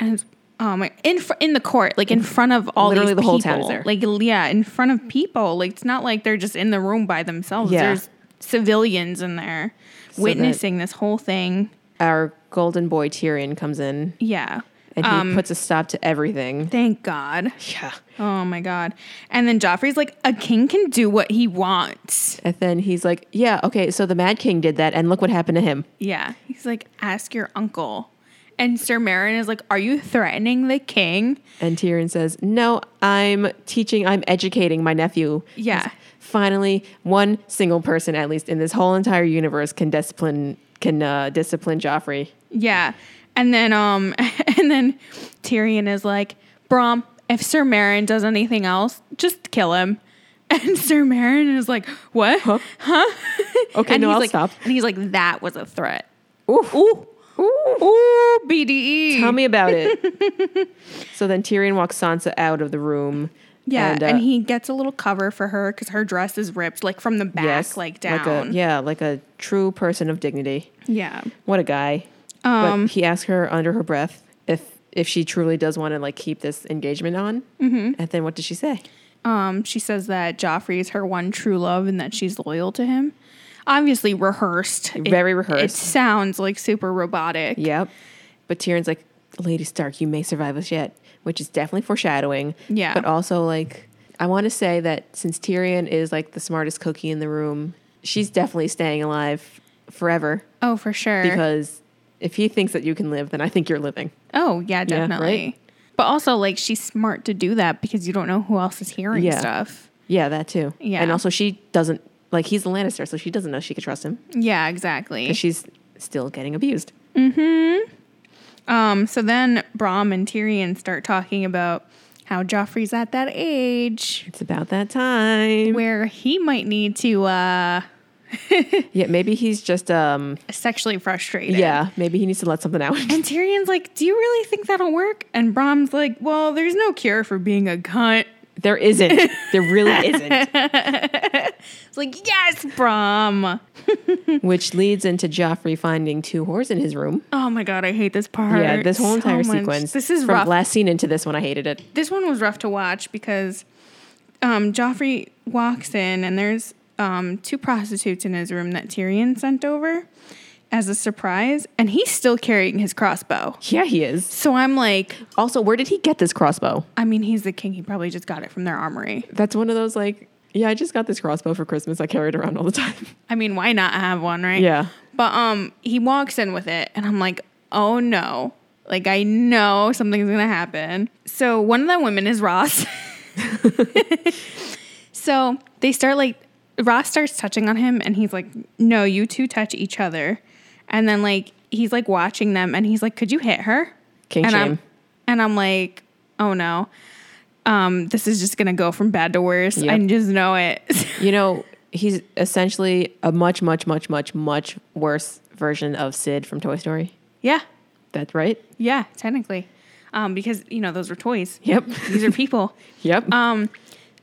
Speaker 1: and it's, oh my in fr- in the court like in front of all
Speaker 2: Literally
Speaker 1: these
Speaker 2: the whole town
Speaker 1: people.
Speaker 2: is
Speaker 1: like yeah in front of people like it's not like they're just in the room by themselves
Speaker 2: Yeah.
Speaker 1: there's civilians in there
Speaker 2: that-
Speaker 1: witnessing this whole thing
Speaker 2: Our golden boy Tyrion comes in
Speaker 1: yeah
Speaker 2: and he
Speaker 1: Um,
Speaker 2: puts a stop to everything.
Speaker 1: thank god
Speaker 2: Yeah.
Speaker 1: oh my god and then joffrey's like a king can do what he wants
Speaker 2: And then he's like, "Yeah, okay. So the Mad King did that, and look what happened to him."
Speaker 1: yeah he's like ask your uncle and sir marin is like are you threatening the king
Speaker 2: And Tyrion says, "No, I'm teaching. I'm educating my nephew."
Speaker 1: Yeah.
Speaker 2: Finally, one single person, at least in this whole entire universe, can discipline can uh, discipline Joffrey.
Speaker 1: Yeah. And then um and then Tyrion is like, Brom, if Sir Marin does anything else, just kill him. And Sir Marin is like, What? Huh?
Speaker 2: Okay,
Speaker 1: and
Speaker 2: no,
Speaker 1: he's
Speaker 2: I'll
Speaker 1: like,
Speaker 2: stop.
Speaker 1: And he's like, That was a threat.
Speaker 2: Ooh. Ooh. Ooh.
Speaker 1: Ooh, E. BDE.
Speaker 2: Tell me about it. so then Tyrion walks Sansa out of the room.
Speaker 1: yeah, and,
Speaker 2: uh,
Speaker 1: he gets a little cover for her because her dress is ripped, like from the back,
Speaker 2: yes,
Speaker 1: like down.
Speaker 2: a, yeah, like a true person of dignity.
Speaker 1: yeah.
Speaker 2: What a guy.
Speaker 1: Um,
Speaker 2: but he asks her under her breath if if she truly does want to like keep this engagement on. Mm-hmm. And then what does she say?
Speaker 1: Um, she says that Joffrey is her one true love and that she's loyal to him. Obviously rehearsed. It-
Speaker 2: Very
Speaker 1: It
Speaker 2: rehearsed.
Speaker 1: sounds like super robotic.
Speaker 2: Yep. But Tyrion's like, Lady Stark, you may survive us yet, which is definitely foreshadowing.
Speaker 1: Yeah.
Speaker 2: But also, like, I want to say that since Tyrion is like the smartest cookie in the room, she's definitely staying alive forever
Speaker 1: Oh, for sure.
Speaker 2: because if he thinks that you can live, then I think you're living.
Speaker 1: oh, yeah,
Speaker 2: Yeah, right?
Speaker 1: definitely. But also, like, she's smart to do that because you don't know who else is hearing
Speaker 2: Yeah.
Speaker 1: stuff.
Speaker 2: Yeah, that too.
Speaker 1: Yeah.
Speaker 2: And also, she doesn't like he's a Lannister, so she doesn't know she could trust him.
Speaker 1: Yeah, exactly.
Speaker 2: 'cause she's still getting abused.
Speaker 1: Um, so then Brom and Tyrion start talking about how Joffrey's at that age
Speaker 2: It's about that time.
Speaker 1: where he might need to uh
Speaker 2: Yeah, maybe he's just um.
Speaker 1: sexually frustrated.
Speaker 2: Yeah, maybe he needs to let something out.
Speaker 1: And Tyrion's like, Do you really think that'll work? And Brom's like, Well, there's no cure for being a cunt.
Speaker 2: there isn't. There really isn't.
Speaker 1: It's like, Yes, Brom.
Speaker 2: Which leads into Joffrey finding two whores in his room.
Speaker 1: Oh my god, I hate this part.
Speaker 2: yeah, this whole
Speaker 1: so
Speaker 2: entire
Speaker 1: much.
Speaker 2: sequence.
Speaker 1: This is
Speaker 2: from
Speaker 1: rough.
Speaker 2: last scene into this one. I hated it.
Speaker 1: this one was rough to watch because um, Joffrey walks in and there's um, two prostitutes in his room that Tyrion sent over as a surprise, and he's still carrying his crossbow.
Speaker 2: Yeah, he is.
Speaker 1: So I'm like,
Speaker 2: Also, where did he get this crossbow?
Speaker 1: I mean, he's the king. He probably just got it from their armory.
Speaker 2: That's one of those like, yeah, I just got this crossbow for Christmas. I carry it around all the time.
Speaker 1: I mean, why not have one, right?
Speaker 2: Yeah.
Speaker 1: But um, he walks in with it, and I'm like, oh no. Like I know something's gonna happen. So one of the women is Ross. so they start like Ross starts touching on him, and he's like, "No, you two touch each other." And then like he's like watching them, and he's like, "Could you hit her?"
Speaker 2: King
Speaker 1: and
Speaker 2: shame.
Speaker 1: I'm and I'm like, "Oh no, um, this is just gonna go from bad to worse. I
Speaker 2: Yep.
Speaker 1: just know it."
Speaker 2: You know, he's essentially a much, much, much, much, much worse version of Sid from Toy Story.
Speaker 1: yeah,
Speaker 2: That's right.
Speaker 1: Yeah, technically. Um, because, you know, those were toys.
Speaker 2: Yep.
Speaker 1: These are people.
Speaker 2: Yep.
Speaker 1: Um,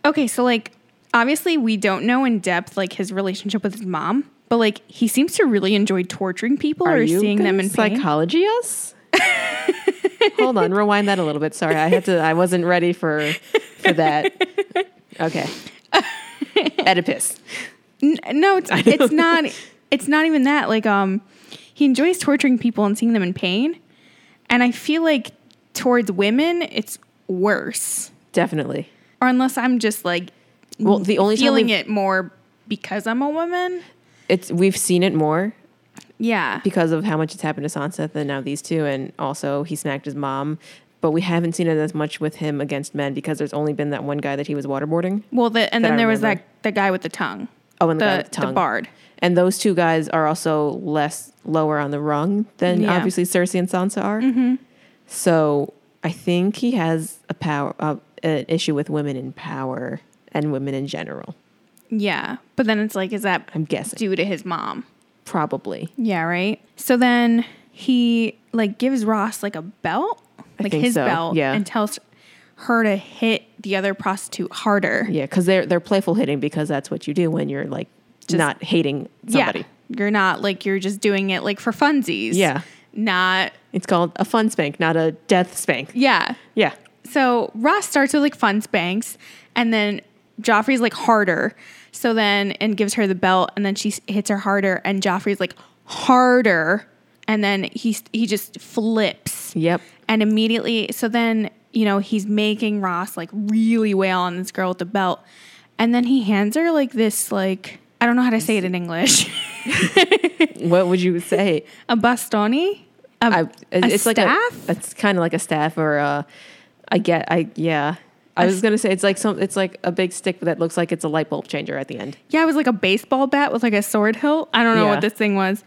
Speaker 1: okay, so like obviously we don't know in depth like his relationship with his mom, but like he seems to really enjoy torturing people or seeing them
Speaker 2: gonna
Speaker 1: in pain.
Speaker 2: psychology us? Hold on, rewind that a little bit. Sorry, I had to. I wasn't ready for for that. Okay. Oedipus.
Speaker 1: N- no, it's it's not it's not even that. Like um he enjoys torturing people and seeing them in pain. And I feel like towards women it's worse.
Speaker 2: Definitely.
Speaker 1: Or unless I'm just like
Speaker 2: Well, the only time
Speaker 1: feeling
Speaker 2: we've-
Speaker 1: it more because I'm a woman.
Speaker 2: it's we've seen it more
Speaker 1: Yeah.
Speaker 2: because of how much it's happened to Sansa and now these two, and also he snagged his mom. But we haven't seen it as much with him against men because there's only been that one guy that he was waterboarding.
Speaker 1: Well, the, and
Speaker 2: that
Speaker 1: then
Speaker 2: I
Speaker 1: there was that
Speaker 2: remember.
Speaker 1: the guy with the tongue.
Speaker 2: Oh, and
Speaker 1: the,
Speaker 2: the, guy with the
Speaker 1: the
Speaker 2: tongue.
Speaker 1: bard.
Speaker 2: And those two guys are also less lower on the rung than
Speaker 1: Yeah. Mm-hmm.
Speaker 2: obviously Cersei and Sansa are. So I think he has a power uh, an issue with women in power and women in general.
Speaker 1: Yeah, but then it's like, is that
Speaker 2: I'm guessing
Speaker 1: due to his mom?
Speaker 2: probably.
Speaker 1: Yeah, right. So then he like gives Ross like a belt,
Speaker 2: I
Speaker 1: like
Speaker 2: think
Speaker 1: his
Speaker 2: so,
Speaker 1: belt,
Speaker 2: yeah.
Speaker 1: and tells her to hit the other prostitute harder.
Speaker 2: Yeah, because they're they're playful hitting because that's what you do when you're like
Speaker 1: Just-
Speaker 2: not hating somebody.
Speaker 1: Yeah, you're not like you're just doing it like for funsies.
Speaker 2: Yeah.
Speaker 1: not
Speaker 2: It's called a fun spank, not a death spank.
Speaker 1: yeah.
Speaker 2: Yeah.
Speaker 1: So Ross starts with like fun spanks, and then Joffrey's like harder. So then and gives her the belt, and then she s- hits her harder, and Joffrey's like harder, and then he s- he just flips,
Speaker 2: Yep.
Speaker 1: and immediately. So then you know he's making Ross like really wail on this girl with the belt, and then he hands her like this like I don't know how to say it in English,
Speaker 2: What would you say?
Speaker 1: a bastoni. A,
Speaker 2: I, it's like
Speaker 1: staff?
Speaker 2: a it's kind of like a staff or a I get I yeah. I was gonna say it's like some it's like a big stick that looks like it's a light bulb changer at the end.
Speaker 1: Yeah, it was like a baseball bat with like a sword hilt. I don't know
Speaker 2: Yeah.
Speaker 1: what this thing was.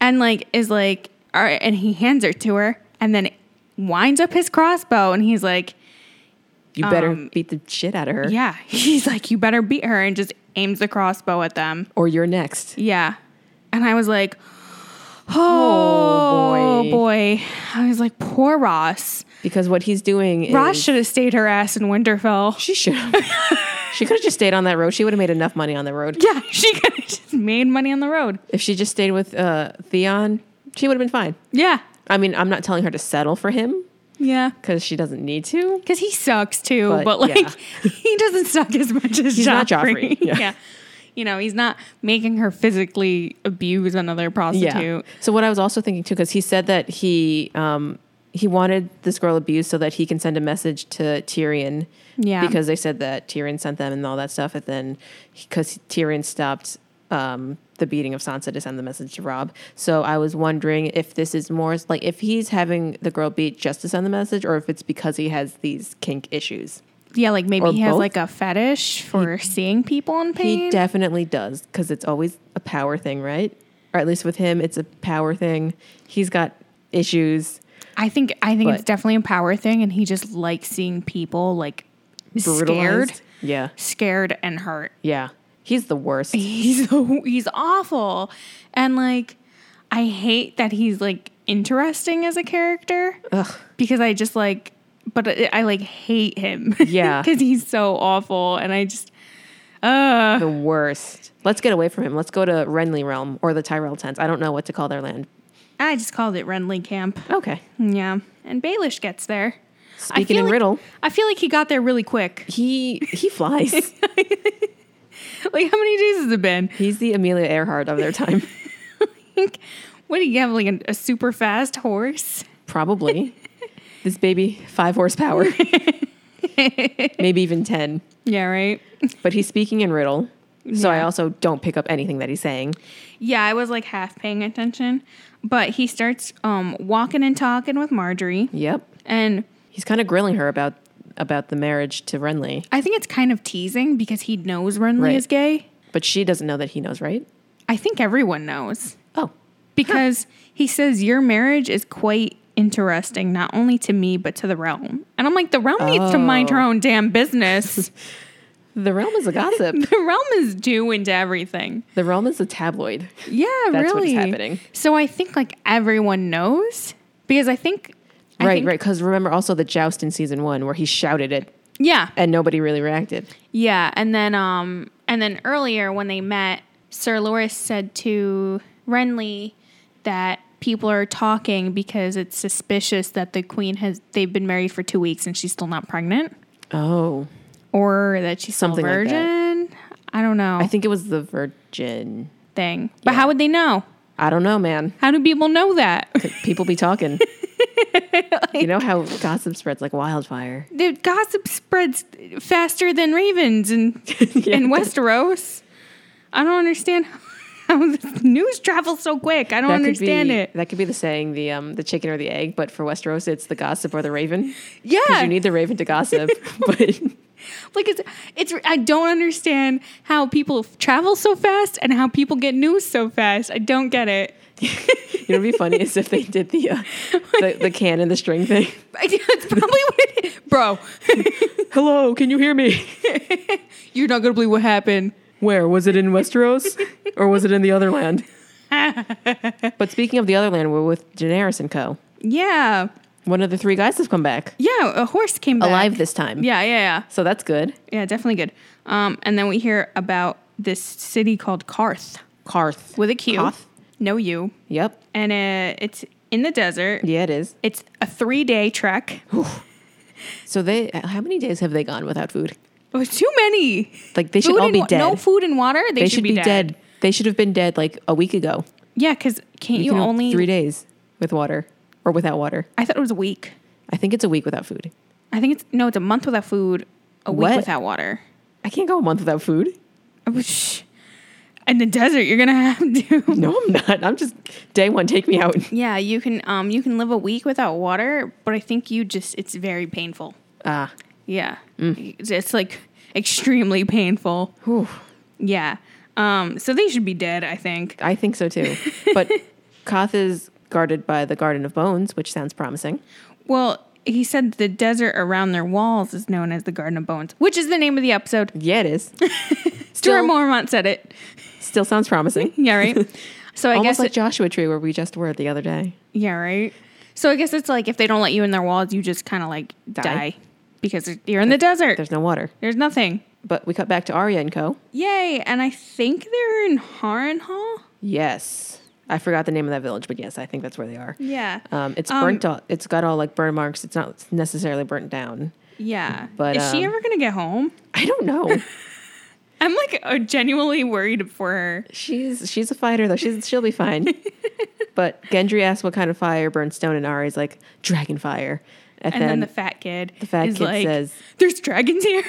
Speaker 1: And like is like all right, and he hands it to her and then winds up his crossbow and he's like,
Speaker 2: You better
Speaker 1: Um,
Speaker 2: beat the shit out of her,
Speaker 1: Yeah. He's like, You better beat her and just aims the crossbow at them.
Speaker 2: or you're next.
Speaker 1: Yeah. And I was like, Oh,
Speaker 2: boy.
Speaker 1: boy. I was like, poor Ross.
Speaker 2: Because what he's doing,
Speaker 1: Ross
Speaker 2: is,
Speaker 1: should have stayed her ass in Winterfell.
Speaker 2: she should she could have just stayed on that road. She would have made enough money on the road
Speaker 1: Yeah, she could have just made money on the road.
Speaker 2: if she just stayed with uh, Theon. She would have been fine.
Speaker 1: Yeah.
Speaker 2: I mean, I'm not telling her to settle for him
Speaker 1: Yeah.
Speaker 2: because she doesn't need to.
Speaker 1: because he sucks too.
Speaker 2: But,
Speaker 1: But, like,
Speaker 2: yeah.
Speaker 1: he doesn't suck as much as Joffrey.
Speaker 2: He's not Joffrey, yeah.
Speaker 1: Yeah. you know, he's not making her physically abuse another prostitute.
Speaker 2: So what I was also thinking too, because he said that he um, he wanted this girl abused so that he can send a message to Tyrion.
Speaker 1: Yeah.
Speaker 2: Because they said that Tyrion sent them and all that stuff, and then because Tyrion stopped um, the beating of Sansa to send the message to Rob. So I was wondering if this is more like if he's having the girl beat just to send the message, or if it's because he has these kink issues.
Speaker 1: Yeah, like maybe
Speaker 2: Or
Speaker 1: he has
Speaker 2: both?
Speaker 1: like a fetish for seeing people in pain.
Speaker 2: He definitely does because it's always a power thing, right? Or at least with him, it's a power thing. He's got issues.
Speaker 1: I think I think it's
Speaker 2: But-
Speaker 1: definitely a power thing, and he just likes seeing people like scared,
Speaker 2: brutalized. Yeah,
Speaker 1: scared and hurt.
Speaker 2: yeah. He's the worst.
Speaker 1: He's so, he's awful, and like I hate that he's like interesting as a character because I just like, but I, I like hate him.
Speaker 2: Yeah.
Speaker 1: because he's so awful, and I just uh
Speaker 2: the worst. Let's get away from him. Let's go to Renly Realm or the Tyrell Tents. I don't know what to call their land.
Speaker 1: I just called it Renly Camp.
Speaker 2: Okay.
Speaker 1: Yeah, and Baelish gets there. I
Speaker 2: Speaking
Speaker 1: feel
Speaker 2: in
Speaker 1: like-
Speaker 2: riddle,
Speaker 1: I feel like he got there really quick.
Speaker 2: he he flies.
Speaker 1: Like how many days has it been?
Speaker 2: He's the Amelia Earhart of their time,
Speaker 1: think, what do you have, like a, a super fast horse?
Speaker 2: probably. This baby, five horsepower, maybe even ten.
Speaker 1: Yeah, right.
Speaker 2: But he's speaking in riddle, so I also don't pick up anything that he's saying.
Speaker 1: Yeah, I was like half paying attention, but he starts um, walking and talking with Marjorie,
Speaker 2: Yep,
Speaker 1: and
Speaker 2: he's kind of grilling her about about the marriage to Renly,
Speaker 1: I think it's kind of teasing because he knows Renly
Speaker 2: Right.
Speaker 1: is gay.
Speaker 2: but she doesn't know that he knows, right?
Speaker 1: I think everyone knows
Speaker 2: Oh,
Speaker 1: because he says your marriage is quite interesting, not only to me but to the realm. And I'm like, the realm needs to mind her
Speaker 2: Oh.
Speaker 1: own damn business.
Speaker 2: the realm is a gossip.
Speaker 1: the realm is due into everything.
Speaker 2: the realm is a tabloid.
Speaker 1: Yeah,
Speaker 2: That's what
Speaker 1: really.
Speaker 2: is happening.
Speaker 1: So I think like everyone knows because I think I
Speaker 2: right,
Speaker 1: think-
Speaker 2: right. Because remember also the joust in season one where he shouted it
Speaker 1: Yeah,
Speaker 2: and nobody really reacted.
Speaker 1: yeah. And then um and then earlier when they met, Sir Loris said to Renly that people are talking because it's suspicious that the queen has they've been married for two weeks and she's still not pregnant
Speaker 2: Oh,
Speaker 1: or that she's
Speaker 2: Something
Speaker 1: still a
Speaker 2: like that.
Speaker 1: virgin. I don't know
Speaker 2: I think it was the virgin.
Speaker 1: thing. But how would they know?
Speaker 2: I don't know, man.
Speaker 1: How do people know that?
Speaker 2: People be talking. you know how gossip spreads like wildfire.
Speaker 1: the gossip spreads faster than ravens in in Westeros. I don't understand how this news travels so quick. I don't understand
Speaker 2: could be,
Speaker 1: it.
Speaker 2: That could be the saying, the um, the chicken or the egg. But for Westeros, it's the gossip or the raven. 'Cause
Speaker 1: Yeah,
Speaker 2: You need the raven to gossip, but
Speaker 1: like it's it's. I don't understand how people f- travel so fast and how people get news so fast. I don't get it.
Speaker 2: You know, what'd be funny is if they did the, uh, the the can and the string thing.
Speaker 1: It's probably what it is. bro.
Speaker 2: Hello, can you hear me?
Speaker 1: You're not gonna believe what happened.
Speaker 2: Where was it in Westeros, or was it in the other land? but speaking of the other land, we're with Daenerys and Co.
Speaker 1: Yeah,
Speaker 2: One of the three guys has come back
Speaker 1: yeah. A horse came back.
Speaker 2: alive this time.
Speaker 1: Yeah, yeah, yeah.
Speaker 2: So that's good.
Speaker 1: Yeah, definitely good. Um, and then we hear about this city called Karth
Speaker 2: Karth.
Speaker 1: with a Q.
Speaker 2: Karth.
Speaker 1: No U.
Speaker 2: Yep.
Speaker 1: And uh, it's in the desert.
Speaker 2: Yeah, it is.
Speaker 1: It's a three day trek.
Speaker 2: So they, how many days have they gone without food?
Speaker 1: It was Oh, too many.
Speaker 2: Like they should
Speaker 1: Food
Speaker 2: all
Speaker 1: and
Speaker 2: be
Speaker 1: wa-
Speaker 2: dead.
Speaker 1: No food and water. They,
Speaker 2: they, should, be, dead. They should have been dead like a week ago.
Speaker 1: Yeah, because can't you,
Speaker 2: can have
Speaker 1: only.
Speaker 2: three days with water or without water?
Speaker 1: I thought it was a week.
Speaker 2: I think it's a week without food.
Speaker 1: I think it's. No, it's a month without food, a week
Speaker 2: What?
Speaker 1: without water.
Speaker 2: I can't go a month without food.
Speaker 1: I was- shh. In the desert, you're gonna have to.
Speaker 2: No, I'm not. I'm just day one. Take me out.
Speaker 1: Yeah, you can um you can live a week without water, but I think you just it's very painful.
Speaker 2: Ah,
Speaker 1: Yeah. It's, it's, like extremely painful.
Speaker 2: whew.
Speaker 1: Yeah. Um, so they should be dead, I think.
Speaker 2: I think so too. But Koth is guarded by the Garden of Bones, which sounds promising.
Speaker 1: Well, he said the desert around their walls is known as the Garden of Bones, which is the name of the episode.
Speaker 2: Yeah, it is.
Speaker 1: Stuart
Speaker 2: Still,
Speaker 1: Mormont said it.
Speaker 2: still sounds promising.
Speaker 1: Yeah, right. So I
Speaker 2: Almost
Speaker 1: guess
Speaker 2: like
Speaker 1: it-
Speaker 2: Joshua Tree, where we just were the other day.
Speaker 1: yeah, right. So I guess it's like if they don't let you in their walls, you just kind of like die.
Speaker 2: Die.
Speaker 1: because you're in the desert. There's,
Speaker 2: There's no water.
Speaker 1: nothing.
Speaker 2: But we cut back to Arya and Co.
Speaker 1: Yay! And I think they're in Harrenhal.
Speaker 2: Yes. I forgot the name of that village, but yes, I think that's where they are.
Speaker 1: Yeah.
Speaker 2: Um, it's
Speaker 1: Um,
Speaker 2: burnt. all, it's got all like burn marks. It's not necessarily burnt down.
Speaker 1: Yeah.
Speaker 2: But,
Speaker 1: is she
Speaker 2: um,
Speaker 1: ever gonna get home?
Speaker 2: I don't know.
Speaker 1: I'm like uh, genuinely worried for her.
Speaker 2: she's she's a fighter though. She's she'll be fine. but Gendry asks what kind of fire burns stone, and Ari's like dragon fire.
Speaker 1: And then, the fat kid, the
Speaker 2: fat kid says-
Speaker 1: "There's dragons here."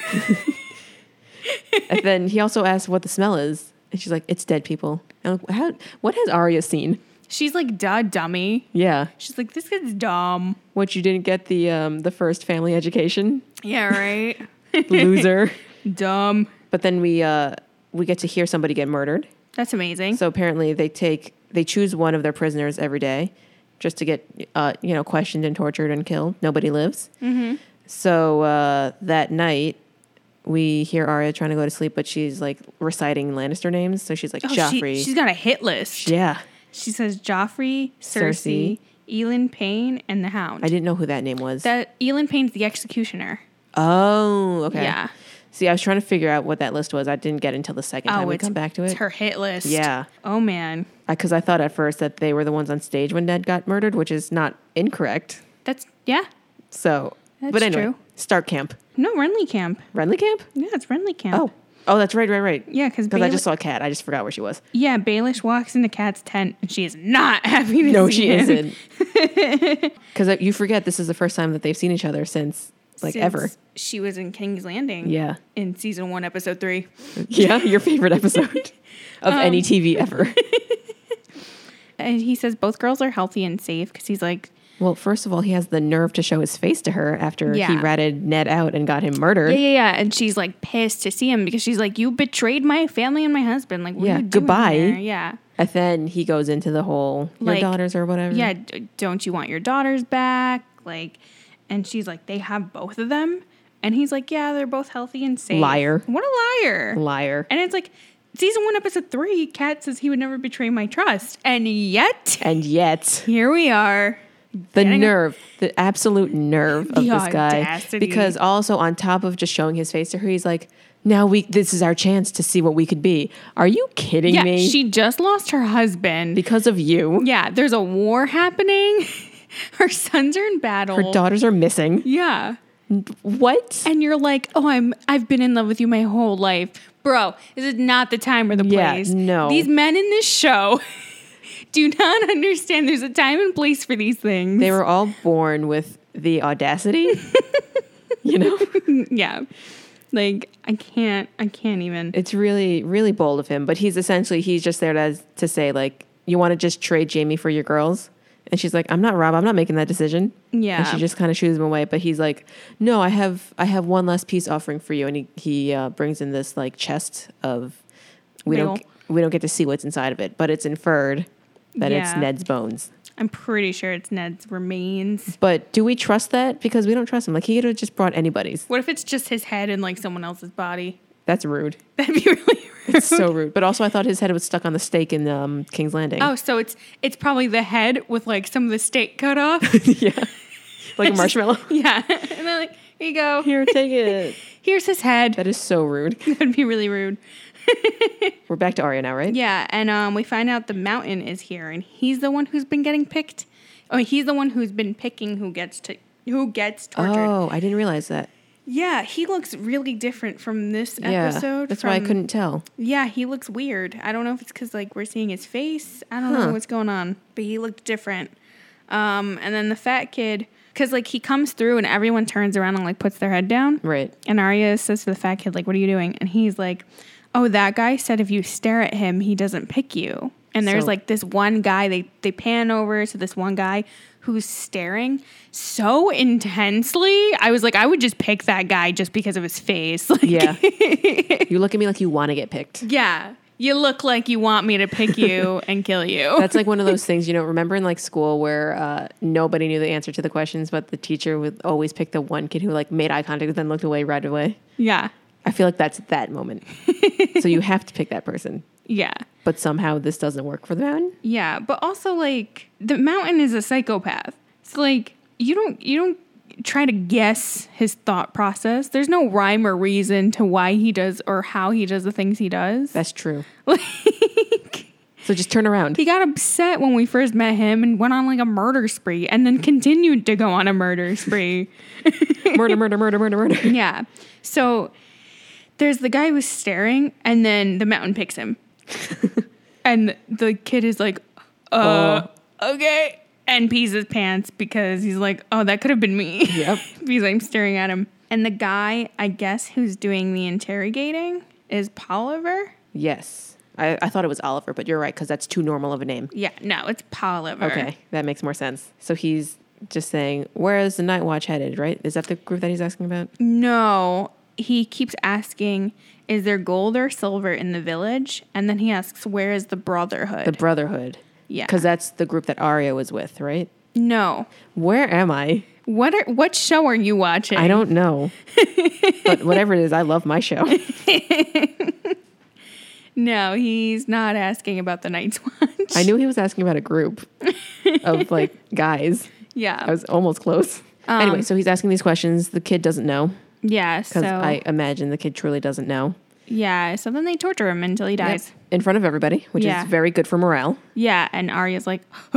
Speaker 2: and then he also asks what the smell is, And she's like, it's dead people. And I'm like, how, what has Arya seen?
Speaker 1: She's like, duh, dummy.
Speaker 2: Yeah.
Speaker 1: She's like, this kid's dumb.
Speaker 2: What, you didn't get the, um, the first family education?
Speaker 1: Yeah, right.
Speaker 2: Loser.
Speaker 1: dumb.
Speaker 2: but then we, uh, we get to hear somebody get murdered.
Speaker 1: That's amazing.
Speaker 2: So apparently they take, they choose one of their prisoners every day just to get, uh, you know, questioned and tortured and killed. Nobody lives. Mm-hmm. So uh, that night, we hear Arya trying to go to sleep, but she's like reciting Lannister names. So she's like,
Speaker 1: oh,
Speaker 2: Joffrey.
Speaker 1: She, has got a hit list.
Speaker 2: yeah.
Speaker 1: She says Joffrey, Cersei, Elin Payne, and the Hound.
Speaker 2: I didn't know who that name was.
Speaker 1: that Elin Payne's the executioner.
Speaker 2: oh, okay.
Speaker 1: Yeah.
Speaker 2: See, I was trying to figure out what that list was. I didn't get it until the second time we
Speaker 1: Oh, it's-
Speaker 2: come back to
Speaker 1: It's
Speaker 2: it.
Speaker 1: her hit list.
Speaker 2: Yeah.
Speaker 1: Oh man,
Speaker 2: Because I, thought at first that they were the ones on stage when Ned got murdered, which is not incorrect.
Speaker 1: that's yeah.
Speaker 2: So, but
Speaker 1: That's
Speaker 2: anyway,
Speaker 1: true.
Speaker 2: Stark Camp,
Speaker 1: No Renly Camp.
Speaker 2: Renly Camp.
Speaker 1: Yeah, it's Renly Camp.
Speaker 2: Oh, oh, that's right, right, right.
Speaker 1: yeah, because
Speaker 2: Because I just saw a cat. I just forgot where she was.
Speaker 1: yeah, Baelish walks into Cat's tent and she is not happy to
Speaker 2: No,
Speaker 1: see
Speaker 2: she
Speaker 1: him.
Speaker 2: isn't. Because you forget this is the first time that they've seen each other since like
Speaker 1: Since
Speaker 2: ever.
Speaker 1: She was in King's Landing.
Speaker 2: Yeah,
Speaker 1: In season one, episode three.
Speaker 2: yeah. Your favorite episode of
Speaker 1: Um,
Speaker 2: any TV ever.
Speaker 1: And he says both girls are healthy and safe because he's like,
Speaker 2: Well, first of all, he has the nerve to show his face to her after he
Speaker 1: Yeah.
Speaker 2: ratted Ned out and got him murdered.
Speaker 1: yeah, yeah, yeah. And she's like pissed to see him because she's like, you betrayed my family and my husband. Like, what
Speaker 2: Yeah,
Speaker 1: are you doing
Speaker 2: goodbye.
Speaker 1: there?" Yeah.
Speaker 2: And then he goes into the whole your
Speaker 1: Like,
Speaker 2: daughters or whatever.
Speaker 1: yeah, d- don't you want your daughters back? Like, and she's like, they have both of them. And he's like, yeah, they're both healthy and safe.
Speaker 2: Liar.
Speaker 1: What a liar.
Speaker 2: liar.
Speaker 1: And it's like, season one, episode three, Kat says he would never betray my trust. And yet,
Speaker 2: And yet,
Speaker 1: here we are.
Speaker 2: the
Speaker 1: Getting-
Speaker 2: nerve, the absolute nerve of
Speaker 1: The
Speaker 2: this guy.
Speaker 1: audacity.
Speaker 2: Because also on top of just showing his face to her, he's like, "Now we, this is our chance to see what we could be." Are you kidding
Speaker 1: Yeah,
Speaker 2: me?
Speaker 1: she just lost her husband.
Speaker 2: because of you,
Speaker 1: yeah, there's a war happening. her sons are in battle.
Speaker 2: her daughters are missing.
Speaker 1: yeah.
Speaker 2: What?
Speaker 1: And you're like, oh, I'm I've been in love with you my whole life. Bro, this is not the time or the
Speaker 2: Yeah,
Speaker 1: place.
Speaker 2: no.
Speaker 1: These men in this show do not understand there's a time and place for these things.
Speaker 2: They were all born with the audacity. you know,
Speaker 1: yeah. Like I can't I can't even
Speaker 2: it's really, really bold of him. But he's essentially he's just there to to say like, "You want to just trade Jamie for your girls?" And she's like, "I'm not Rob. I'm not making that decision." And
Speaker 1: Yeah.
Speaker 2: she just kind of shoos him away. But he's like, "No, I have I have one last peace offering for you." And he he uh, brings in this like chest of we
Speaker 1: Big
Speaker 2: don't
Speaker 1: ol'-
Speaker 2: g- we don't get to see what's inside of it, but it's inferred that it's
Speaker 1: Yeah.
Speaker 2: Ned's bones.
Speaker 1: I'm pretty sure it's Ned's remains.
Speaker 2: But do we trust that? Because we don't trust him. Like he could have just brought anybody's.
Speaker 1: What if it's just his head and like someone else's body?
Speaker 2: That's rude.
Speaker 1: That'd be really rude.
Speaker 2: It's so rude. But also, I thought his head was stuck on the stake in um, King's Landing.
Speaker 1: Oh, so it's it's probably the head with like some of the steak cut off.
Speaker 2: yeah, like a marshmallow.
Speaker 1: yeah. And they're like, here you go.
Speaker 2: Here, take it.
Speaker 1: Here's his head.
Speaker 2: That is so rude.
Speaker 1: That'd be really rude.
Speaker 2: We're back to Arya now, right?
Speaker 1: Yeah, and um, we find out the mountain is here, and he's the one who's been getting picked. Oh, he's the one who's been picking who gets to who gets tortured.
Speaker 2: Oh, I didn't realize that.
Speaker 1: Yeah, he looks really different from this
Speaker 2: Yeah,
Speaker 1: episode.
Speaker 2: that's why I
Speaker 1: from-
Speaker 2: couldn't tell.
Speaker 1: Yeah, he looks weird. I don't know if it's because like we're seeing his face. I don't
Speaker 2: Huh.
Speaker 1: know what's going on, but he looked different. Um, and then the fat kid, because like he comes through and everyone turns around and like puts their head down.
Speaker 2: Right.
Speaker 1: And Arya says to the fat kid, like, what are you doing? And he's like, oh, that guy said if you stare at him, he doesn't pick you. And there's
Speaker 2: So-
Speaker 1: like this one guy, they, they pan over to this one guy who's staring so intensely. I was like, I would just pick that guy just because of his face. Like,
Speaker 2: Yeah. you look at me like you want to get picked.
Speaker 1: yeah, you look like you want me to pick you and kill you.
Speaker 2: That's like one of those things, you know. Remember in like school where uh, nobody knew the answer to the questions, but the teacher would always pick the one kid who like made eye contact and then looked away right away.
Speaker 1: yeah,
Speaker 2: I feel like that's that moment. so you have to pick that person.
Speaker 1: yeah,
Speaker 2: But somehow this doesn't work for the mountain.
Speaker 1: yeah. But also, like, the mountain is a psychopath. It's like you don't you don't try to guess his thought process. There's no rhyme or reason to why he does or how he does the things he does.
Speaker 2: That's true.
Speaker 1: Like.
Speaker 2: So just turn around.
Speaker 1: He got upset when we first met him and went on like a murder spree and then continued to go on a murder spree.
Speaker 2: Murder, murder, murder, murder, murder.
Speaker 1: Yeah. So there's the guy who's staring, and then the mountain picks him. and the kid is like, uh, okay. And pees his pants because he's like, oh, that could have been me.
Speaker 2: Yep.
Speaker 1: because I'm staring at him. And the guy, I guess, who's doing the interrogating is Polliver.
Speaker 2: Yes. I, I thought it was Oliver, but you're right because that's too normal of a name.
Speaker 1: Yeah, no, it's Polliver.
Speaker 2: Okay, that makes more sense. So he's just saying, "Where is the Night Watch headed?" Right? Is that the group that he's asking about?
Speaker 1: No, he keeps asking, is there gold or silver in the village? And then he asks, where is the Brotherhood?
Speaker 2: The Brotherhood.
Speaker 1: Yeah.
Speaker 2: because that's the group that Arya was with, right?
Speaker 1: no.
Speaker 2: Where am I?
Speaker 1: What are, what show are you watching?
Speaker 2: I don't know. but whatever it is, I love my show.
Speaker 1: No, he's not asking about the Night's Watch.
Speaker 2: I knew he was asking about a group of like guys.
Speaker 1: Yeah.
Speaker 2: I was almost close.
Speaker 1: Um,
Speaker 2: anyway, so he's asking these questions. The kid doesn't know
Speaker 1: yeah. So
Speaker 2: because I imagine the kid truly doesn't know.
Speaker 1: yeah. So then they torture him until he dies.
Speaker 2: In front of everybody, which
Speaker 1: Yeah.
Speaker 2: is very good for morale.
Speaker 1: Yeah. And Arya's like,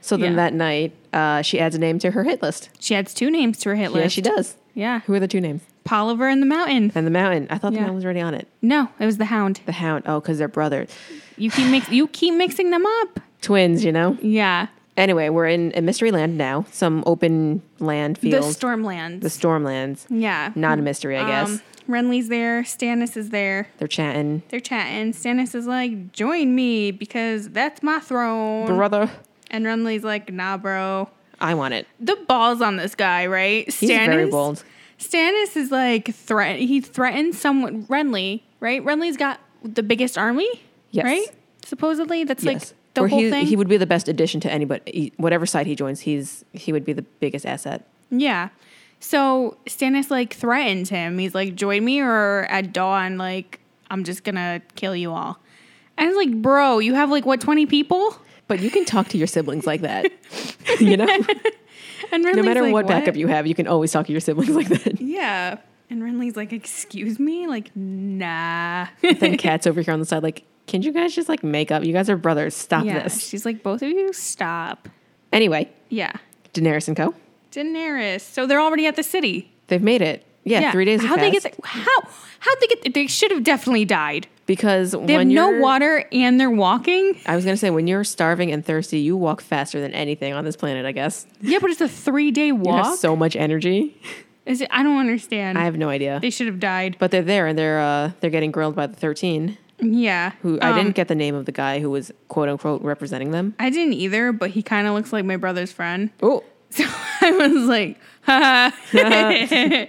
Speaker 2: So then
Speaker 1: Yeah.
Speaker 2: that night, uh, she adds a name to her hit list.
Speaker 1: she adds two names to her hit
Speaker 2: Yeah,
Speaker 1: list.
Speaker 2: she does.
Speaker 1: Yeah.
Speaker 2: Who are the two names?
Speaker 1: Polliver and the Mountain.
Speaker 2: And the mountain. I thought the
Speaker 1: Yeah.
Speaker 2: mountain was already on it.
Speaker 1: No, it was the Hound.
Speaker 2: The hound. Oh, because they're brothers.
Speaker 1: You keep mix. You keep mixing them up.
Speaker 2: Twins, you know?
Speaker 1: Yeah.
Speaker 2: Anyway, we're in a mystery land now, some open land field.
Speaker 1: The Stormlands.
Speaker 2: the Stormlands.
Speaker 1: yeah.
Speaker 2: Not a mystery, I guess.
Speaker 1: Um, Renly's there. Stannis is there.
Speaker 2: They're chatting.
Speaker 1: They're chatting. Stannis is like, "Join me because that's my throne."
Speaker 2: Brother,
Speaker 1: And Renly's like, "Nah, bro."
Speaker 2: I want it.
Speaker 1: The balls on this guy, right? Stannis.
Speaker 2: He's very bold.
Speaker 1: Stannis is like threat. He threatens someone. Renly, right? Renly's got the biggest army.
Speaker 2: Yes.
Speaker 1: Right. Supposedly, that's
Speaker 2: Yes.
Speaker 1: like the
Speaker 2: or
Speaker 1: whole
Speaker 2: he,
Speaker 1: thing.
Speaker 2: he would be the best addition to anybody, he- whatever side he joins. He's he would be the biggest asset.
Speaker 1: Yeah. So Stannis like threatens him. He's like, "Join me, or at dawn, like I'm just gonna kill you all." And it's like, "Bro, you have like what twenty people?"
Speaker 2: But you can talk to your siblings like that, you know.
Speaker 1: And Renly's
Speaker 2: no matter
Speaker 1: like,
Speaker 2: what, backup you have, you can always talk to your siblings like that.
Speaker 1: Yeah. And Renly's like, "Excuse me, like nah."
Speaker 2: then Kat's over here on the side, like, can you guys just like make up? You guys are brothers. Stop
Speaker 1: yeah.
Speaker 2: this.
Speaker 1: She's like, "Both of you stop."
Speaker 2: Anyway,
Speaker 1: Yeah.
Speaker 2: Daenerys and Co.
Speaker 1: Daenerys. So they're already at the city.
Speaker 2: They've made it. Yeah, three days.
Speaker 1: How
Speaker 2: How
Speaker 1: they get the, how how they get? The, they should have definitely died.
Speaker 2: because
Speaker 1: They
Speaker 2: when
Speaker 1: have no
Speaker 2: you're-
Speaker 1: water and they're walking.
Speaker 2: I was gonna say when you're starving and thirsty, you walk faster than anything on this planet. I guess
Speaker 1: Yeah, but it's a three day
Speaker 2: you
Speaker 1: walk.
Speaker 2: have so much energy.
Speaker 1: Is it? I don't understand.
Speaker 2: I have no idea.
Speaker 1: they should have died.
Speaker 2: But they're there and they're uh, they're getting grilled by the thirteen.
Speaker 1: yeah.
Speaker 2: Who I
Speaker 1: Um,
Speaker 2: didn't get the name of the guy who was quote unquote representing them.
Speaker 1: I didn't either, but he kind of looks like my brother's friend.
Speaker 2: Oh,
Speaker 1: So I was like, ha.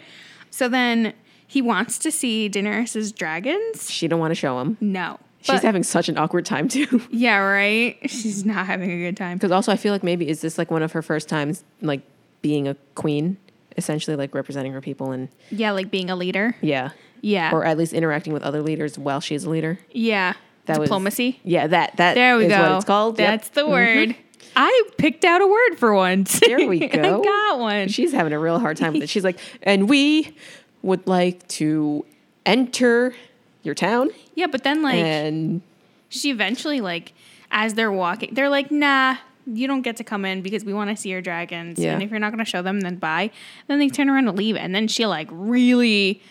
Speaker 1: so then he wants to see Daenerys' dragons?
Speaker 2: she don't want to show him.
Speaker 1: No.
Speaker 2: She's
Speaker 1: But-
Speaker 2: having such an awkward time too.
Speaker 1: yeah, right? She's not having a good time.
Speaker 2: Because also I feel like maybe is this like one of her first times like being a queen, essentially like representing her people and
Speaker 1: Yeah, like being a leader.
Speaker 2: yeah,
Speaker 1: Yeah.
Speaker 2: or at least interacting with other leaders while she's a leader.
Speaker 1: yeah.
Speaker 2: That was-
Speaker 1: Diplomacy. Mm-hmm.
Speaker 2: yeah, that that
Speaker 1: there we
Speaker 2: is
Speaker 1: go.
Speaker 2: what it's called. Yep.
Speaker 1: That's the word. I picked out a word for once.
Speaker 2: There we
Speaker 1: I
Speaker 2: go.
Speaker 1: got one.
Speaker 2: She's having a real hard time with it. She's like, and we would like to enter your town.
Speaker 1: yeah, but then like
Speaker 2: And
Speaker 1: she eventually like as they're walking they're like nah you don't get to come in because we want to see your dragons
Speaker 2: Yeah.
Speaker 1: and if you're not going to show them then bye then they turn around and leave and then she like really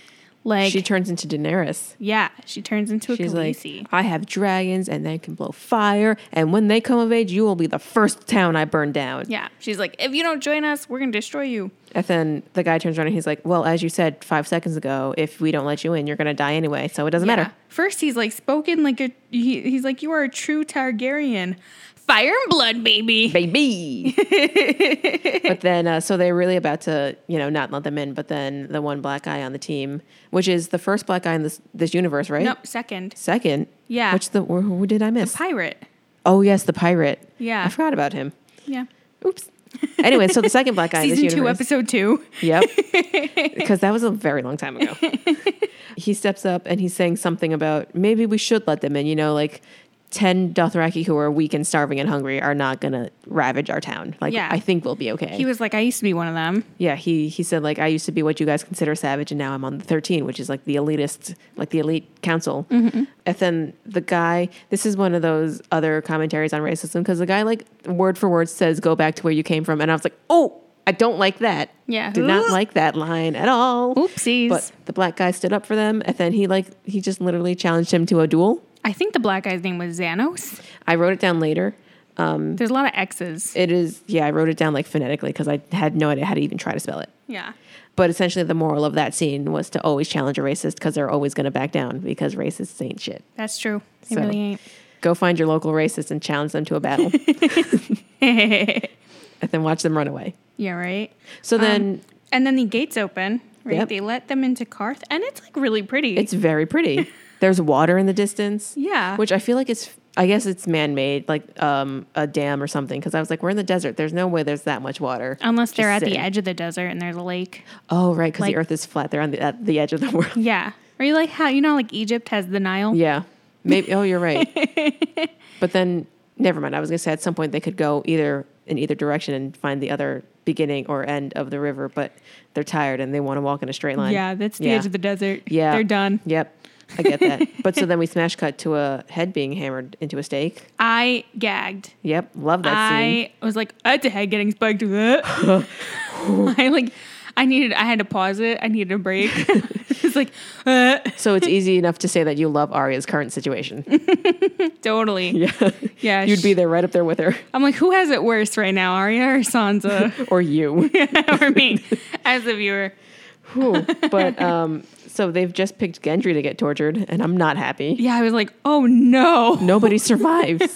Speaker 1: like
Speaker 2: she turns into Daenerys.
Speaker 1: yeah she turns into a
Speaker 2: She's
Speaker 1: Khaleesi.
Speaker 2: like, I have dragons and they can blow fire. And when they come of age, you will be the first town I burn down.
Speaker 1: yeah she's like if you don't join us we're going to destroy you
Speaker 2: And then the guy turns around and he's like, Well, as you said five seconds ago, if we don't let you in, you're going to die anyway. So it doesn't
Speaker 1: Yeah.
Speaker 2: matter.
Speaker 1: first he's like spoken like a he, he's like you are a true targaryen fire and blood baby
Speaker 2: baby. but then, uh, so they're really about to, you know, not let them in. But then the one black guy on the team, which is the first black guy in this this universe, right?
Speaker 1: no second
Speaker 2: Second.
Speaker 1: Yeah.
Speaker 2: Which the who who did I miss?
Speaker 1: pirate
Speaker 2: oh yes, the pirate.
Speaker 1: Yeah.
Speaker 2: I forgot about him.
Speaker 1: yeah
Speaker 2: Oops. Anyway, so the second black guy in this
Speaker 1: season two
Speaker 2: universe.
Speaker 1: episode two
Speaker 2: Yep. Because that was a very long time ago. he steps up and he's saying something about maybe we should let them in. You know, like 10 Dothraki who are weak and starving and hungry are not going to ravage our town. Like,
Speaker 1: Yeah.
Speaker 2: I think we'll be okay.
Speaker 1: he was like i used to be one of them
Speaker 2: yeah, he, he said, like, I used to be what you guys consider savage and now I'm on the 13, which is like the elitist, like the elite council. And then the guy, this is one of those other commentaries on racism because the guy, like, word for word says, go back to where you came from. And I was like, oh, I don't like that.
Speaker 1: Yeah.
Speaker 2: Do not like that line at all.
Speaker 1: Oopsies.
Speaker 2: But the black guy stood up for them, and then he like he just literally challenged him to a duel.
Speaker 1: I think the black guy's name was Xanos.
Speaker 2: I wrote it down later Um,
Speaker 1: There's a lot of X's.
Speaker 2: it is, yeah, I wrote it down like phonetically because I had no idea how to even try to spell it.
Speaker 1: yeah.
Speaker 2: But essentially, the moral of that scene was to always challenge a racist because they're always going to back down because racists ain't shit.
Speaker 1: That's true. They
Speaker 2: So-
Speaker 1: really ain't.
Speaker 2: Go find your local racist and challenge them to a battle and then watch them run away.
Speaker 1: yeah, right. Um,
Speaker 2: So then
Speaker 1: And then the gates open, right?
Speaker 2: Yep.
Speaker 1: They let them into Karth, and it's like really pretty.
Speaker 2: It's very pretty. There's water in the distance.
Speaker 1: Yeah.
Speaker 2: Which I feel like it's I guess it's man-made like um a dam or something cuz I was like we're in the desert. There's no way there's that much water.
Speaker 1: Unless they're
Speaker 2: just
Speaker 1: at the
Speaker 2: sitting.
Speaker 1: edge of the desert and there's a lake.
Speaker 2: Oh, right cuz
Speaker 1: like-
Speaker 2: the earth is flat. They're on the at the edge of the world.
Speaker 1: Yeah. Are you like how you know like Egypt has the Nile?
Speaker 2: yeah. Maybe oh, you're right. but then never mind. I was going to say at some point they could go either in either direction and find the other beginning or end of the river, but they're tired and they want to walk in a straight line.
Speaker 1: Yeah, that's the
Speaker 2: Yeah.
Speaker 1: edge of the desert.
Speaker 2: Yeah.
Speaker 1: They're done.
Speaker 2: Yep. I get that. but so then we smash cut to a head being hammered into a stake.
Speaker 1: I gagged.
Speaker 2: Yep, love that scene.
Speaker 1: I was like, that's a head getting spiked. I like, I needed, I had to pause it. I needed a break. it's like, uh,
Speaker 2: So it's easy enough to say that you love Arya's current situation.
Speaker 1: totally.
Speaker 2: Yeah,
Speaker 1: Yeah.
Speaker 2: you'd be
Speaker 1: sh-
Speaker 2: there right up there with her,
Speaker 1: I'm like, who has it worse right now, Arya or Sansa
Speaker 2: or you.
Speaker 1: or me as a viewer?
Speaker 2: Whew. But um, so they've just picked Gendry to get tortured, and I'm not happy.
Speaker 1: Yeah, I was like, oh no.
Speaker 2: Nobody survives.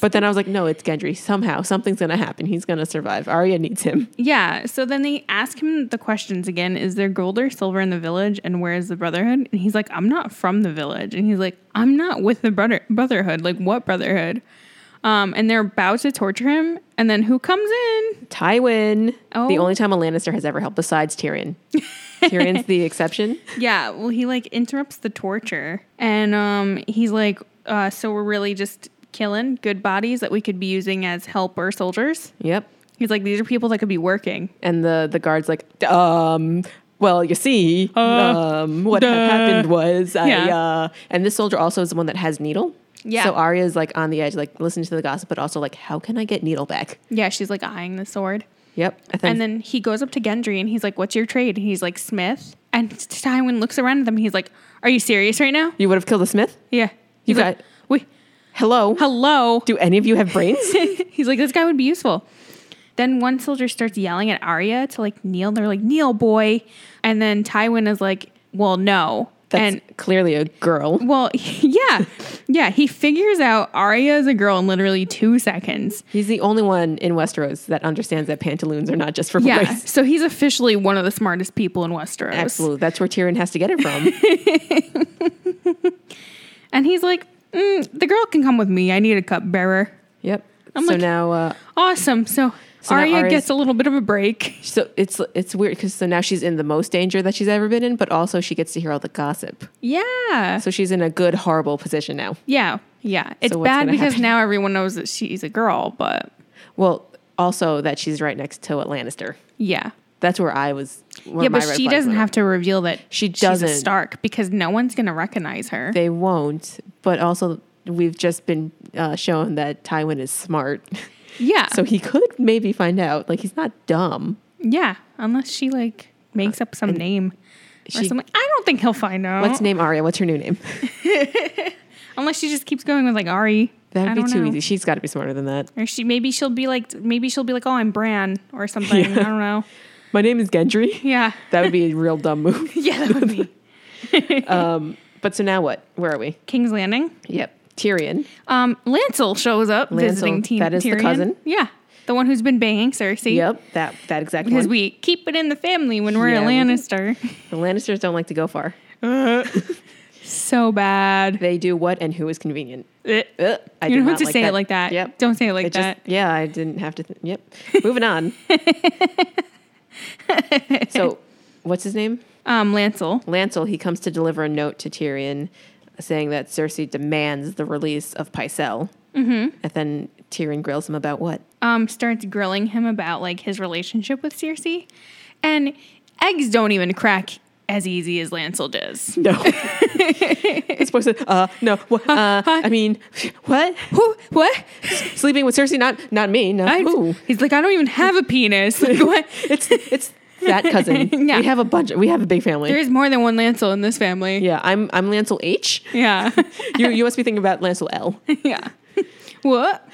Speaker 2: but then I was like, no, it's Gendry. Somehow something's gonna happen. He's gonna survive. Arya needs him.
Speaker 1: Yeah. So then they ask him the questions again Is there gold or silver in the village? And where is the Brotherhood? And he's like, I'm not from the village. And he's like, I'm not with the brother- Brotherhood. Like, what Brotherhood? Um, and they're about to torture him. And then who comes in?
Speaker 2: Tywin,
Speaker 1: Oh.
Speaker 2: the only time a Lannister has ever helped, besides Tyrion. Tyrion's the exception.
Speaker 1: Yeah. Well, he like interrupts the torture. And um, he's like, uh, So we're really just killing good bodies that we could be using as helper soldiers?
Speaker 2: Yep.
Speaker 1: He's like, These are people that could be working.
Speaker 2: And the the guard's like, um, well, you see, um, what had happened was I,
Speaker 1: Uh, Yeah.
Speaker 2: uh, and this soldier also is the one that has needle.
Speaker 1: Yeah.
Speaker 2: So Arya is like on the edge, like listening to the gossip, but also like, how can I get needle back?
Speaker 1: Yeah. She's like eyeing the sword.
Speaker 2: Yep. I think-
Speaker 1: And then he goes up to Gendry and he's like, What's your trade? And he's like, Smith. And Tywin looks around at them and he's like, Are you serious right now?
Speaker 2: you would have killed a smith.
Speaker 1: Yeah.
Speaker 2: You
Speaker 1: He's like,
Speaker 2: got-
Speaker 1: Wait,
Speaker 2: Hello.
Speaker 1: hello.
Speaker 2: Do any of you have brains?
Speaker 1: he's like, This guy would be useful. Then one soldier starts yelling at Arya to like kneel. They're like, Kneel, boy. And then Tywin is like, Well, no.
Speaker 2: That's
Speaker 1: and
Speaker 2: clearly a girl.
Speaker 1: well, yeah. Yeah. He figures out Arya is a girl in literally two seconds.
Speaker 2: He's the only one in Westeros that understands that pantaloons are not just for boys.
Speaker 1: Yeah. So he's officially one of the smartest people in Westeros.
Speaker 2: Absolutely. That's where Tyrion has to get it from.
Speaker 1: And he's like, mm, the girl can come with me. I need a cupbearer.
Speaker 2: yep.
Speaker 1: I'm
Speaker 2: so
Speaker 1: like-
Speaker 2: now uh,
Speaker 1: Awesome. So,
Speaker 2: So now
Speaker 1: Arya
Speaker 2: Arya's-
Speaker 1: gets a little bit of a break.
Speaker 2: So it's it's weird because so now she's in the most danger that she's ever been in, but also she gets to hear all the gossip.
Speaker 1: Yeah.
Speaker 2: So she's in a good horrible position now.
Speaker 1: Yeah. Yeah. It's
Speaker 2: what's
Speaker 1: bad
Speaker 2: gonna
Speaker 1: because
Speaker 2: happen?
Speaker 1: now everyone knows that she's a girl, but
Speaker 2: Well, also that she's right next to a Lannister.
Speaker 1: yeah.
Speaker 2: That's where I was. one
Speaker 1: yeah,
Speaker 2: of my
Speaker 1: but
Speaker 2: red
Speaker 1: she
Speaker 2: flags
Speaker 1: doesn't
Speaker 2: went up.
Speaker 1: have to reveal that
Speaker 2: She
Speaker 1: she's a
Speaker 2: doesn't.
Speaker 1: Stark because no one's going to recognize her.
Speaker 2: They won't. But also, we've just been uh, shown that Tywin is smart,
Speaker 1: yeah.
Speaker 2: so he could maybe find out. Like he's not dumb.
Speaker 1: yeah. Unless she like makes up some name or
Speaker 2: Uh, she-
Speaker 1: something. I don't think he'll find out.
Speaker 2: What's name Arya? What's her new name?
Speaker 1: Unless she just keeps going with like Ari. I
Speaker 2: That'd be
Speaker 1: don't
Speaker 2: too
Speaker 1: know.
Speaker 2: easy. She's got to be smarter than that.
Speaker 1: Or she maybe she'll be like maybe she'll be like, Oh, I'm Bran or something. I don't know.
Speaker 2: My name is Gendry.
Speaker 1: Yeah.
Speaker 2: that would be a real dumb move.
Speaker 1: Yeah, that would be
Speaker 2: Um, but so now what? Where are we?
Speaker 1: King's Landing.
Speaker 2: Yep. Tyrion.
Speaker 1: Um, Lancel shows up visiting
Speaker 2: Lancel,
Speaker 1: team.
Speaker 2: that is the
Speaker 1: Tyrion.
Speaker 2: cousin?
Speaker 1: Yeah, the one who's been banging Cersei.
Speaker 2: Yep, that that exact
Speaker 1: Because
Speaker 2: one.
Speaker 1: we keep it in the family when we're
Speaker 2: Yeah,
Speaker 1: a
Speaker 2: we do.
Speaker 1: Lannister.
Speaker 2: the Lannisters don't like to go far.
Speaker 1: so bad.
Speaker 2: They do what and who is convenient.
Speaker 1: Ugh.
Speaker 2: Ugh, I
Speaker 1: You
Speaker 2: do
Speaker 1: don't have
Speaker 2: not
Speaker 1: to
Speaker 2: like
Speaker 1: say
Speaker 2: that.
Speaker 1: it like that.
Speaker 2: Yep.
Speaker 1: Don't say it like
Speaker 2: It just-
Speaker 1: that.
Speaker 2: yeah, I didn't have to. Th- yep. Moving on. so, what's his name?
Speaker 1: Um, Lancel.
Speaker 2: Lancel. He comes to deliver a note to Tyrion, saying that Cersei demands the release of Pycelle. Mm-hmm. And then Tyrion grills him about what?
Speaker 1: um, starts grilling him about like his relationship with Cersei, and eggs don't even crack as easy as Lancel does.
Speaker 2: No. it's supposed to. Uh, no. wha- uh, I mean, what?
Speaker 1: Who? What?
Speaker 2: Sleeping with Cersei? Not, not me. No.
Speaker 1: I-
Speaker 2: Ooh.
Speaker 1: he's like, I don't even have a penis. Like, what?
Speaker 2: it's it's that cousin.
Speaker 1: Yeah.
Speaker 2: We have a bunch. We have a big family.
Speaker 1: There is more than one Lancel in this family.
Speaker 2: yeah, I'm I'm Lancel H.
Speaker 1: Yeah.
Speaker 2: You you must be thinking about Lancel L.
Speaker 1: yeah. What?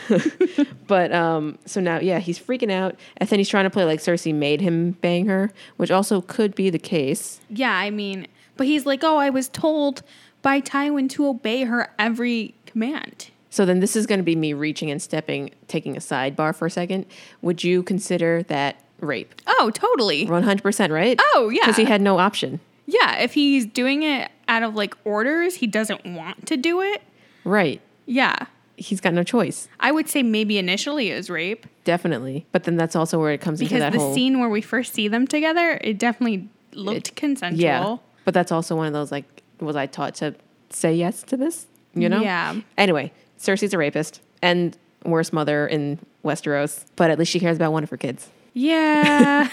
Speaker 2: But um, so now, yeah, he's freaking out, and then he's trying to play like Cersei made him bang her, which also could be the case.
Speaker 1: Yeah, I mean, but he's like, oh, I was told by Tywin to obey her every command.
Speaker 2: So then, this is going to be me reaching and stepping, taking a sidebar for a second. Would you consider that rape?
Speaker 1: Oh, totally.
Speaker 2: One hundred percent, right?
Speaker 1: Oh, yeah.
Speaker 2: because he had no option,
Speaker 1: Yeah, if he's doing it out of like orders, he doesn't want to do it.
Speaker 2: right?
Speaker 1: Yeah.
Speaker 2: He's got no choice,
Speaker 1: I would say maybe initially it was rape
Speaker 2: definitely. But then that's also where it comes into
Speaker 1: because
Speaker 2: that
Speaker 1: the
Speaker 2: whole
Speaker 1: scene where we first see them together, it definitely looked consensual.
Speaker 2: yeah. But that's also one of those like, was I taught to say yes to this? You know?
Speaker 1: Yeah.
Speaker 2: Anyway, Cersei's a rapist and worst mother in Westeros, but at least she cares about one of her kids.
Speaker 1: Yeah.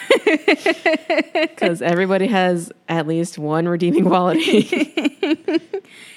Speaker 2: Because everybody has at least one redeeming quality.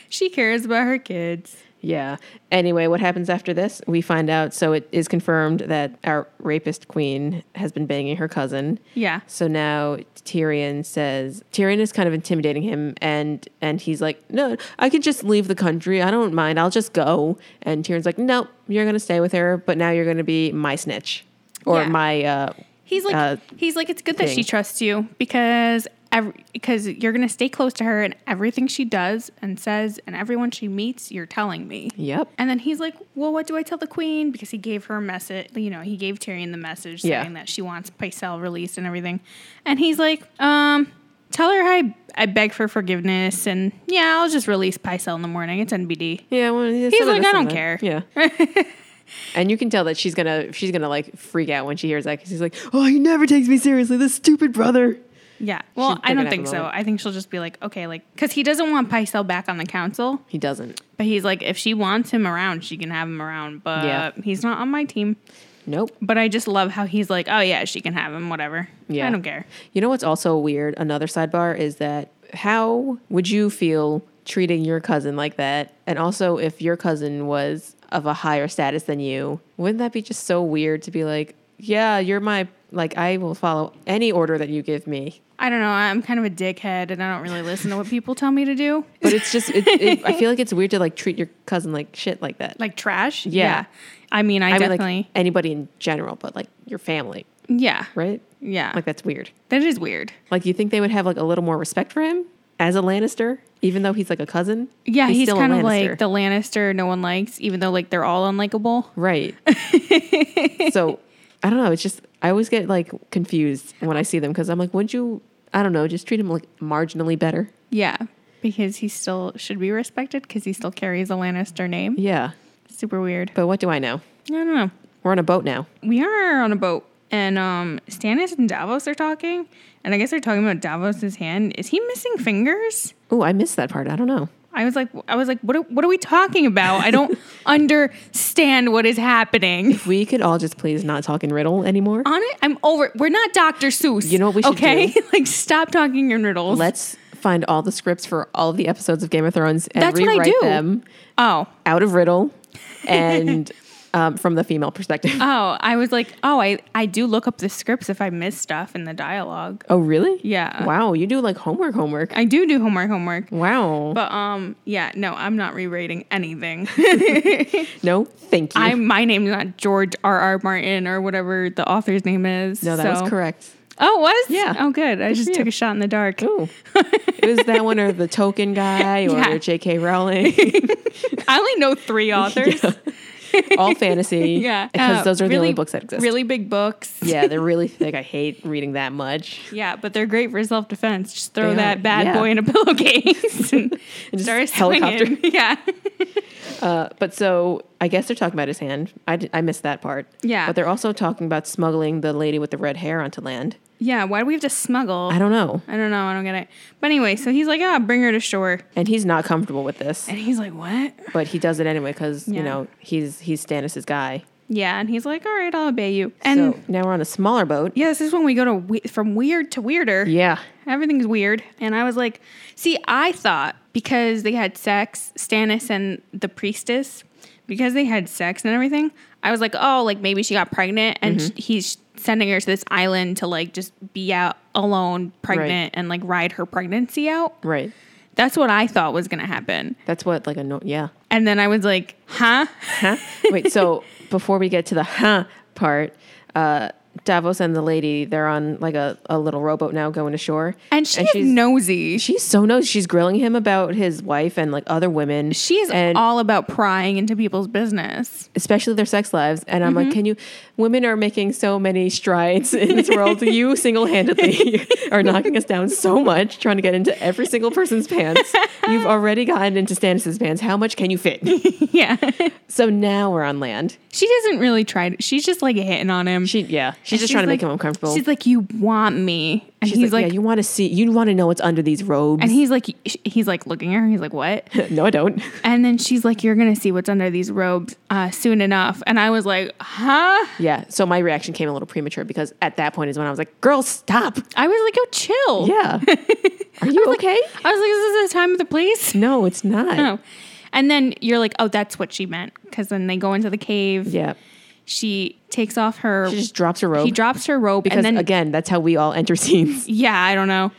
Speaker 1: she cares about her kids.
Speaker 2: yeah. Anyway, what happens after this? We find out. So it is confirmed that our rapist queen has been banging her cousin.
Speaker 1: Yeah.
Speaker 2: So now Tyrion says Tyrion is kind of intimidating him, and and he's like, "No, I could just leave the country. I don't mind. I'll just go." And Tyrion's like, "No, you're gonna stay with her, but now you're gonna be my snitch, or
Speaker 1: Yeah.
Speaker 2: my uh,
Speaker 1: He's like
Speaker 2: uh,
Speaker 1: he's like it's good that
Speaker 2: thing.
Speaker 1: she trusts you because every, because you're going to stay close to her and everything she does and says and everyone she meets you're telling me.
Speaker 2: yep,
Speaker 1: And then he's like, "Well, what do I tell the queen?" Because he gave her a message. You know, he gave Tyrion the message
Speaker 2: Yeah.
Speaker 1: saying that she wants Pycelle released and everything. And he's like, "Um, tell her I I beg for forgiveness and yeah, I'll just release Pycelle in the morning. It's NBD."
Speaker 2: yeah." Well, he's
Speaker 1: like, "I don't care."
Speaker 2: Yeah. And you can tell that she's gonna she's gonna like freak out when she hears that because he's like, oh, he never takes me seriously, this stupid brother.
Speaker 1: Yeah. Well,
Speaker 2: She's
Speaker 1: I
Speaker 2: gonna
Speaker 1: don't
Speaker 2: have
Speaker 1: think
Speaker 2: a
Speaker 1: so.
Speaker 2: moment.
Speaker 1: I think she'll just be like, "Okay, like cuz he doesn't want Pycelle back on the council,
Speaker 2: He doesn't.
Speaker 1: but he's like if she wants him around, she can have him around, but
Speaker 2: Yeah.
Speaker 1: he's not on my team."
Speaker 2: Nope.
Speaker 1: But I just love how he's like, "Oh yeah, she can have him, whatever.
Speaker 2: Yeah.
Speaker 1: I don't care."
Speaker 2: You know what's also weird? Another sidebar is that how would you feel treating your cousin like that? And also, if your cousin was of a higher status than you, wouldn't that be just so weird to be like, yeah, you're my, like, I will follow any order that you give me?
Speaker 1: I don't know. I'm kind of a dickhead and I don't really listen to what people tell me to do.
Speaker 2: But it's just, it, it, I feel like it's weird to like treat your cousin like shit like that.
Speaker 1: Like trash.
Speaker 2: Yeah.
Speaker 1: I mean, I,
Speaker 2: I mean, like
Speaker 1: definitely.
Speaker 2: anybody in general, but like your family,
Speaker 1: yeah.
Speaker 2: right?
Speaker 1: Yeah.
Speaker 2: Like, that's weird.
Speaker 1: that is weird.
Speaker 2: Like, you think they would have like a little more respect for him as a Lannister, even though he's like a cousin?
Speaker 1: Yeah. He's,
Speaker 2: still a
Speaker 1: kind of
Speaker 2: Lannister.
Speaker 1: like the Lannister no one likes, even though like they're all unlikable.
Speaker 2: Right. so I don't know. It's just I always get like confused when I see them because I'm like, wouldn't you? I don't know. Just treat him like marginally better.
Speaker 1: Yeah. Because he still should be respected because he still carries a Lannister name.
Speaker 2: Yeah.
Speaker 1: Super weird.
Speaker 2: But what do I know?
Speaker 1: I don't know.
Speaker 2: We're on a boat now.
Speaker 1: We are on a boat and um Stannis and Davos are talking. And I guess they're talking about Davos's hand. Is he missing fingers?
Speaker 2: Oh, I missed that part. I don't know.
Speaker 1: I was like, I was like, what? Are, what are we talking about? I don't understand what is happening.
Speaker 2: If we could all just please not talk in riddle anymore.
Speaker 1: On it, I'm over. it. We're not Dr. Seuss.
Speaker 2: You know what we should
Speaker 1: okay?
Speaker 2: do?
Speaker 1: like, stop talking in riddles.
Speaker 2: Let's find all the scripts for all the episodes of Game of Thrones and
Speaker 1: That's what I
Speaker 2: rewrite
Speaker 1: do.
Speaker 2: them
Speaker 1: oh,
Speaker 2: out of riddle and um, from the female perspective.
Speaker 1: oh, I was like, oh, I I do look up the scripts if I miss stuff in the dialogue.
Speaker 2: oh, really?
Speaker 1: Yeah.
Speaker 2: Wow, you do like homework, homework.
Speaker 1: I do do homework, homework.
Speaker 2: Wow.
Speaker 1: But um, yeah, no, I'm not rewriting anything.
Speaker 2: no, thank you.
Speaker 1: I my name's not George R. R. Martin or whatever the author's name is.
Speaker 2: no, that
Speaker 1: so-
Speaker 2: was correct.
Speaker 1: Oh, it was
Speaker 2: Yeah.
Speaker 1: Oh, good. I just
Speaker 2: for
Speaker 1: took
Speaker 2: you.
Speaker 1: a shot in the dark.
Speaker 2: Ooh. it was that one or the token guy or
Speaker 1: Yeah.
Speaker 2: J.K. Rowling.
Speaker 1: I only know three authors.
Speaker 2: All fantasy.
Speaker 1: Yeah.
Speaker 2: Because
Speaker 1: Uh,
Speaker 2: those are the
Speaker 1: really-
Speaker 2: only books that exist.
Speaker 1: Really big books.
Speaker 2: Yeah, they're really thick. I hate reading that much.
Speaker 1: Yeah, but they're great for self defense. Just throw
Speaker 2: They
Speaker 1: that
Speaker 2: are,
Speaker 1: bad
Speaker 2: yeah.
Speaker 1: boy in a pillowcase and,
Speaker 2: just
Speaker 1: start
Speaker 2: helicopter.
Speaker 1: swinging. Yeah.
Speaker 2: Uh, but so I guess they're talking about his hand. I, did- I missed that part.
Speaker 1: Yeah.
Speaker 2: But they're also talking about smuggling the lady with the red hair onto land.
Speaker 1: Yeah, why do we have to smuggle?
Speaker 2: I don't know.
Speaker 1: I don't know. I don't get it. But anyway, so he's like, ah, bring her to shore.
Speaker 2: And he's not comfortable with this,
Speaker 1: And he's like, what?
Speaker 2: but he does it anyway because,
Speaker 1: Yeah.
Speaker 2: you know, he's he's Stannis' guy.
Speaker 1: Yeah. And he's like, all right, I'll obey you. And
Speaker 2: so now we're on a smaller boat.
Speaker 1: yeah, this is when we go to we- from weird to weirder.
Speaker 2: Yeah.
Speaker 1: Everything's weird. And I was like, see, I thought because they had sex, Stannis and the priestess, because they had sex and everything, I was like, oh, like maybe she got pregnant and
Speaker 2: Mm-hmm.
Speaker 1: sh he's sending her to this island to like just be out alone, pregnant, and like ride her pregnancy out.
Speaker 2: Right.
Speaker 1: That's what I thought was going to happen.
Speaker 2: That's what like a no- yeah.
Speaker 1: And then I was like, huh?
Speaker 2: Huh? Wait, so before we get to the huh part, uh, Davos and the lady, they're on like a, a little rowboat now going ashore.
Speaker 1: And she is
Speaker 2: she's
Speaker 1: nosy.
Speaker 2: she's so nosy. She's grilling him about his wife and like other women.
Speaker 1: She is
Speaker 2: and
Speaker 1: all about prying into people's business.
Speaker 2: especially their sex lives. And I'm
Speaker 1: Mm-hmm.
Speaker 2: like, can you? Women are making so many strides in this world. you single handedly are knocking us down so much, trying to get into every single person's pants. You've already gotten into Stannis's pants. How much can you fit?
Speaker 1: yeah.
Speaker 2: so now we're on land.
Speaker 1: she doesn't really try. To, she's just like hitting on him.
Speaker 2: She yeah, she's
Speaker 1: And
Speaker 2: just trying to
Speaker 1: like-
Speaker 2: make him uncomfortable.
Speaker 1: She's like, you want me. And
Speaker 2: She's
Speaker 1: he's like,
Speaker 2: yeah, you want to see, you want to know what's under these robes.
Speaker 1: and he's like, he's like looking at her. He's like, what?
Speaker 2: no, I don't.
Speaker 1: And then she's like, You're going to see what's under these robes uh, soon enough. And I was like, Huh?
Speaker 2: Yeah. So my reaction came a little premature because at that point is when I was like, girl, stop.
Speaker 1: I was like, Oh, chill.
Speaker 2: Yeah. Are you okay?
Speaker 1: I was like, Is this the time of the place?
Speaker 2: no, it's not.
Speaker 1: No. And then you're like, Oh, that's what she meant. Because then they go into the cave.
Speaker 2: Yeah.
Speaker 1: She takes off her.
Speaker 2: She just drops her robe.
Speaker 1: he drops her robe.
Speaker 2: because
Speaker 1: and then,
Speaker 2: again, that's how we all enter scenes.
Speaker 1: yeah, I don't know.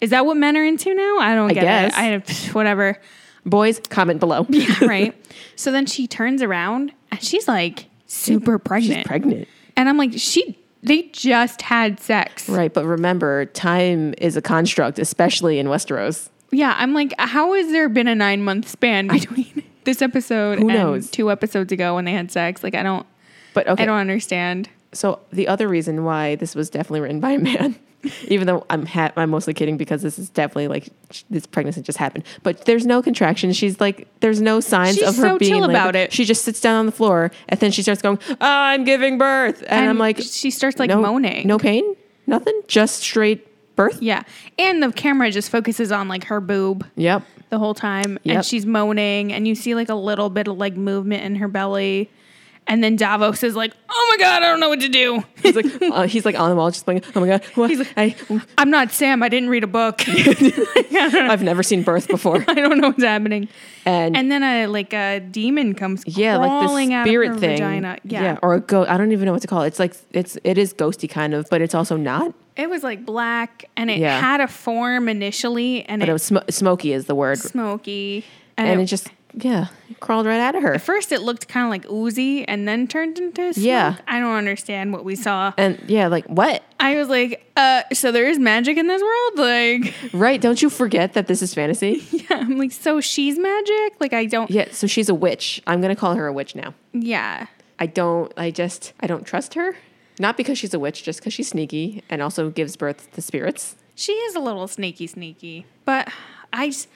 Speaker 1: Is that what men are into now? I don't get
Speaker 2: guess.
Speaker 1: it. I have whatever.
Speaker 2: Boys, comment below.
Speaker 1: right. So then she turns around and she's like super pregnant.
Speaker 2: She's pregnant.
Speaker 1: and I'm like, she they just had sex.
Speaker 2: Right. But remember, time is a construct, especially in Westeros.
Speaker 1: Yeah, I'm like, how has there been a nine month span between this episode
Speaker 2: Who
Speaker 1: and
Speaker 2: knows?
Speaker 1: two episodes ago when they had sex? Like, I don't,
Speaker 2: But okay.
Speaker 1: I don't understand.
Speaker 2: So the other reason why this was definitely written by a man, even though I'm ha- I'm mostly kidding because this is definitely like sh- this pregnancy just happened. But there's no contraction. She's like there's no signs
Speaker 1: She's
Speaker 2: of her
Speaker 1: so
Speaker 2: being
Speaker 1: chill
Speaker 2: like-
Speaker 1: about it.
Speaker 2: She just sits down on the floor and then she starts going, "I'm giving birth," and, I'm like,
Speaker 1: she starts like
Speaker 2: no,
Speaker 1: moaning.
Speaker 2: no pain, nothing, just straight birth.
Speaker 1: Yeah, and the camera just focuses on like her boob
Speaker 2: Yep.
Speaker 1: the whole time,
Speaker 2: Yep.
Speaker 1: and she's moaning, and you see like a little bit of like movement in her belly, and then Davos is like, "Oh my god, I don't know what to do.
Speaker 2: He's like uh, he's like on the wall, just like, "Oh my god, what?
Speaker 1: He's like-
Speaker 2: I,
Speaker 1: I'm not Sam. I didn't read a book. I don't know,
Speaker 2: I've never seen birth before."
Speaker 1: I don't know what's happening."
Speaker 2: And
Speaker 1: And then a like a demon comes
Speaker 2: yeah, like
Speaker 1: crawling
Speaker 2: the
Speaker 1: out of
Speaker 2: spirit
Speaker 1: her
Speaker 2: thing.
Speaker 1: vagina. Yeah.
Speaker 2: or a go. I don't even know what to call it. It's like it's it is ghosty kind of, but it's also not.
Speaker 1: It was like black and it
Speaker 2: Yeah.
Speaker 1: had a form initially and
Speaker 2: But it
Speaker 1: it was
Speaker 2: was sm- smoky is the word,
Speaker 1: smoky. And,
Speaker 2: and
Speaker 1: it,
Speaker 2: it just yeah crawled right out of her.
Speaker 1: first it looked kind of like oozy and then turned into smoke.
Speaker 2: Yeah.
Speaker 1: I don't understand what we saw.
Speaker 2: And yeah, like what?
Speaker 1: I was like, uh, so there is magic in this world? Like,
Speaker 2: Right? Don't you forget that this is fantasy?
Speaker 1: yeah, I'm like, so she's magic? Like, I don't,
Speaker 2: Yeah. So she's a witch. I'm gonna call her a witch now.
Speaker 1: yeah.
Speaker 2: I don't. I just I don't trust her. Not because she's a witch, just because she's sneaky and also gives birth to spirits.
Speaker 1: She is a little sneaky, sneaky. But I just,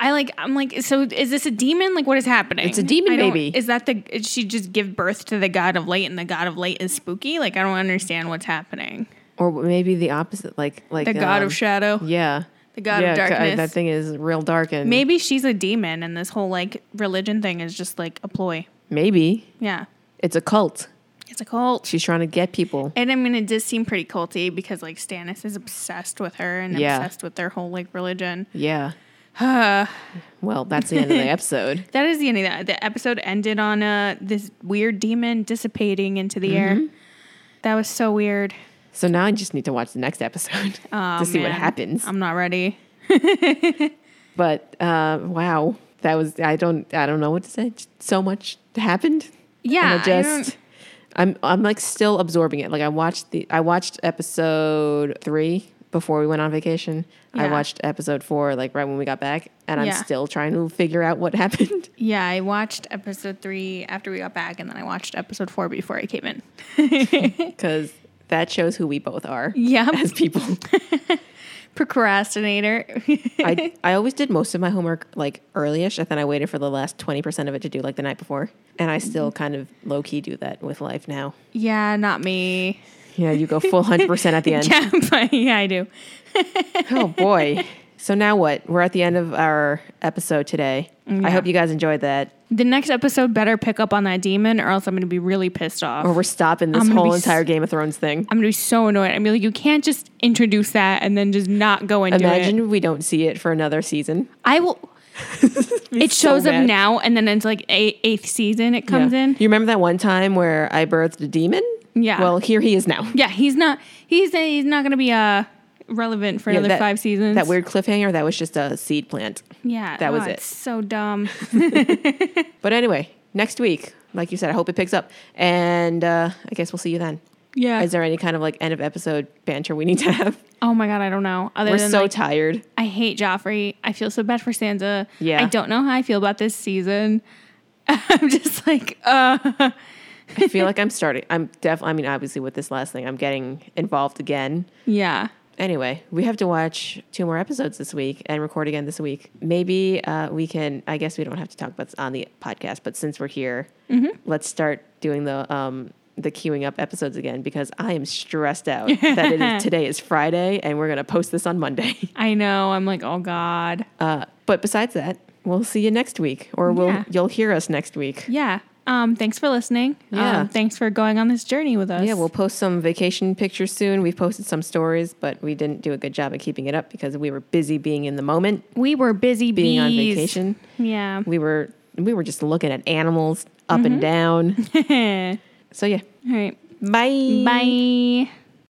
Speaker 1: I like, I'm like, so is this a demon? Like, what is happening?
Speaker 2: It's a demon
Speaker 1: I don't-
Speaker 2: baby.
Speaker 1: Is that the, did she just give birth to the god of light and the god of light is spooky? Like, I don't understand what's happening.
Speaker 2: Or maybe the opposite, like like
Speaker 1: The god
Speaker 2: um,
Speaker 1: of shadow,
Speaker 2: yeah,
Speaker 1: the god
Speaker 2: yeah,
Speaker 1: of
Speaker 2: 'cause I-
Speaker 1: darkness.
Speaker 2: that thing is real dark and maybe,
Speaker 1: Maybe she's a demon and this whole like religion thing is just like a ploy. Yeah.
Speaker 2: it's a cult.
Speaker 1: It's a cult.
Speaker 2: She's trying to get people.
Speaker 1: And I mean, it does seem pretty culty because like Stannis is obsessed with her and
Speaker 2: Yeah.
Speaker 1: obsessed with their whole like religion.
Speaker 2: Yeah. well, that's the end of the episode.
Speaker 1: That is the end of that. The episode ended on uh, this weird demon dissipating into the
Speaker 2: Mm-hmm.
Speaker 1: air. That was so weird.
Speaker 2: So now I just need to watch the next episode
Speaker 1: Oh,
Speaker 2: to see what
Speaker 1: man. Um,
Speaker 2: happens.
Speaker 1: I'm not ready.
Speaker 2: But uh, wow, that was I don't I don't know what to say. Just So much happened.
Speaker 1: Yeah.
Speaker 2: and I
Speaker 1: I
Speaker 2: just
Speaker 1: don't-
Speaker 2: I'm I'm like still absorbing it. Like I watched the I watched episode three before we went on vacation. I
Speaker 1: Yeah.
Speaker 2: watched episode four like right when we got back, and I'm
Speaker 1: Yeah.
Speaker 2: still trying to figure out what happened.
Speaker 1: yeah, I watched episode three after we got back, and then I watched episode four before I came in.
Speaker 2: because that shows who we both are
Speaker 1: Yeah.
Speaker 2: as people.
Speaker 1: Procrastinator.
Speaker 2: I, I always did most of my homework like early-ish, and then I waited for the last twenty percent of it to do like the night before. And I still kind of low key do that with life now.
Speaker 1: yeah, not me.
Speaker 2: Yeah, you go full hundred percent at the end.
Speaker 1: Yeah, but yeah, I do.
Speaker 2: Oh boy. So now what? We're at the end of our episode today. I hope you guys enjoyed that.
Speaker 1: The next episode better pick up on that demon, or else I'm going to be really pissed off.
Speaker 2: Or we're stopping this
Speaker 1: I'm gonna
Speaker 2: whole
Speaker 1: be s-
Speaker 2: entire Game of Thrones thing.
Speaker 1: I'm gonna be so annoyed. I'm like, you can't just introduce that and then just not go into it.
Speaker 2: Imagine we don't see it for another season.
Speaker 1: I will. it
Speaker 2: so
Speaker 1: shows up
Speaker 2: mad.
Speaker 1: now, and then it's like eight, eighth season. It comes
Speaker 2: Yeah.
Speaker 1: in.
Speaker 2: You remember that one time where I birthed a demon?
Speaker 1: Yeah.
Speaker 2: Well, here he is now.
Speaker 1: Yeah, he's not. He's he's not gonna be a relevant for
Speaker 2: Yeah,
Speaker 1: another
Speaker 2: that-
Speaker 1: five seasons.
Speaker 2: That weird cliffhanger, that was just a seed plant.
Speaker 1: Yeah,
Speaker 2: that was
Speaker 1: oh,
Speaker 2: it.
Speaker 1: It's so dumb.
Speaker 2: But anyway, next week, like you said, I hope it picks up. And uh, I guess we'll see you then.
Speaker 1: Yeah.
Speaker 2: Is there any kind of like end of episode banter we need to have?
Speaker 1: oh my god, I don't know. Other
Speaker 2: We're
Speaker 1: than
Speaker 2: so
Speaker 1: like,
Speaker 2: tired.
Speaker 1: I hate Joffrey. I feel so bad for Sansa.
Speaker 2: Yeah.
Speaker 1: I don't know how I feel about this season. I'm just like, uh,
Speaker 2: I feel like I'm starting. I'm definitely, I mean, obviously with this last thing, I'm getting involved again.
Speaker 1: yeah.
Speaker 2: Anyway, we have to watch two more episodes this week and record again this week. Maybe uh, we can, I guess we don't have to talk about this on the podcast, but since we're here,
Speaker 1: Mm-hmm.
Speaker 2: let's start doing the, um, the queuing up episodes again because I am stressed out that it is, today is Friday and we're going to post this on Monday.
Speaker 1: I know. I'm like, oh god.
Speaker 2: Uh, but besides that, we'll see you next week, or we'll
Speaker 1: Yeah.
Speaker 2: you'll hear us next week.
Speaker 1: Yeah. Um. Thanks for listening.
Speaker 2: Yeah.
Speaker 1: Um, thanks for going on this journey with us.
Speaker 2: Yeah, we'll post some vacation pictures soon. We've posted some stories, but we didn't do a good job of keeping it up because we were busy being in the moment,
Speaker 1: we were busy
Speaker 2: being on
Speaker 1: bees.
Speaker 2: vacation.
Speaker 1: Yeah.
Speaker 2: We were we were just looking at animals up and down.
Speaker 1: All
Speaker 2: So yeah,
Speaker 1: right.
Speaker 2: bye.
Speaker 1: Bye.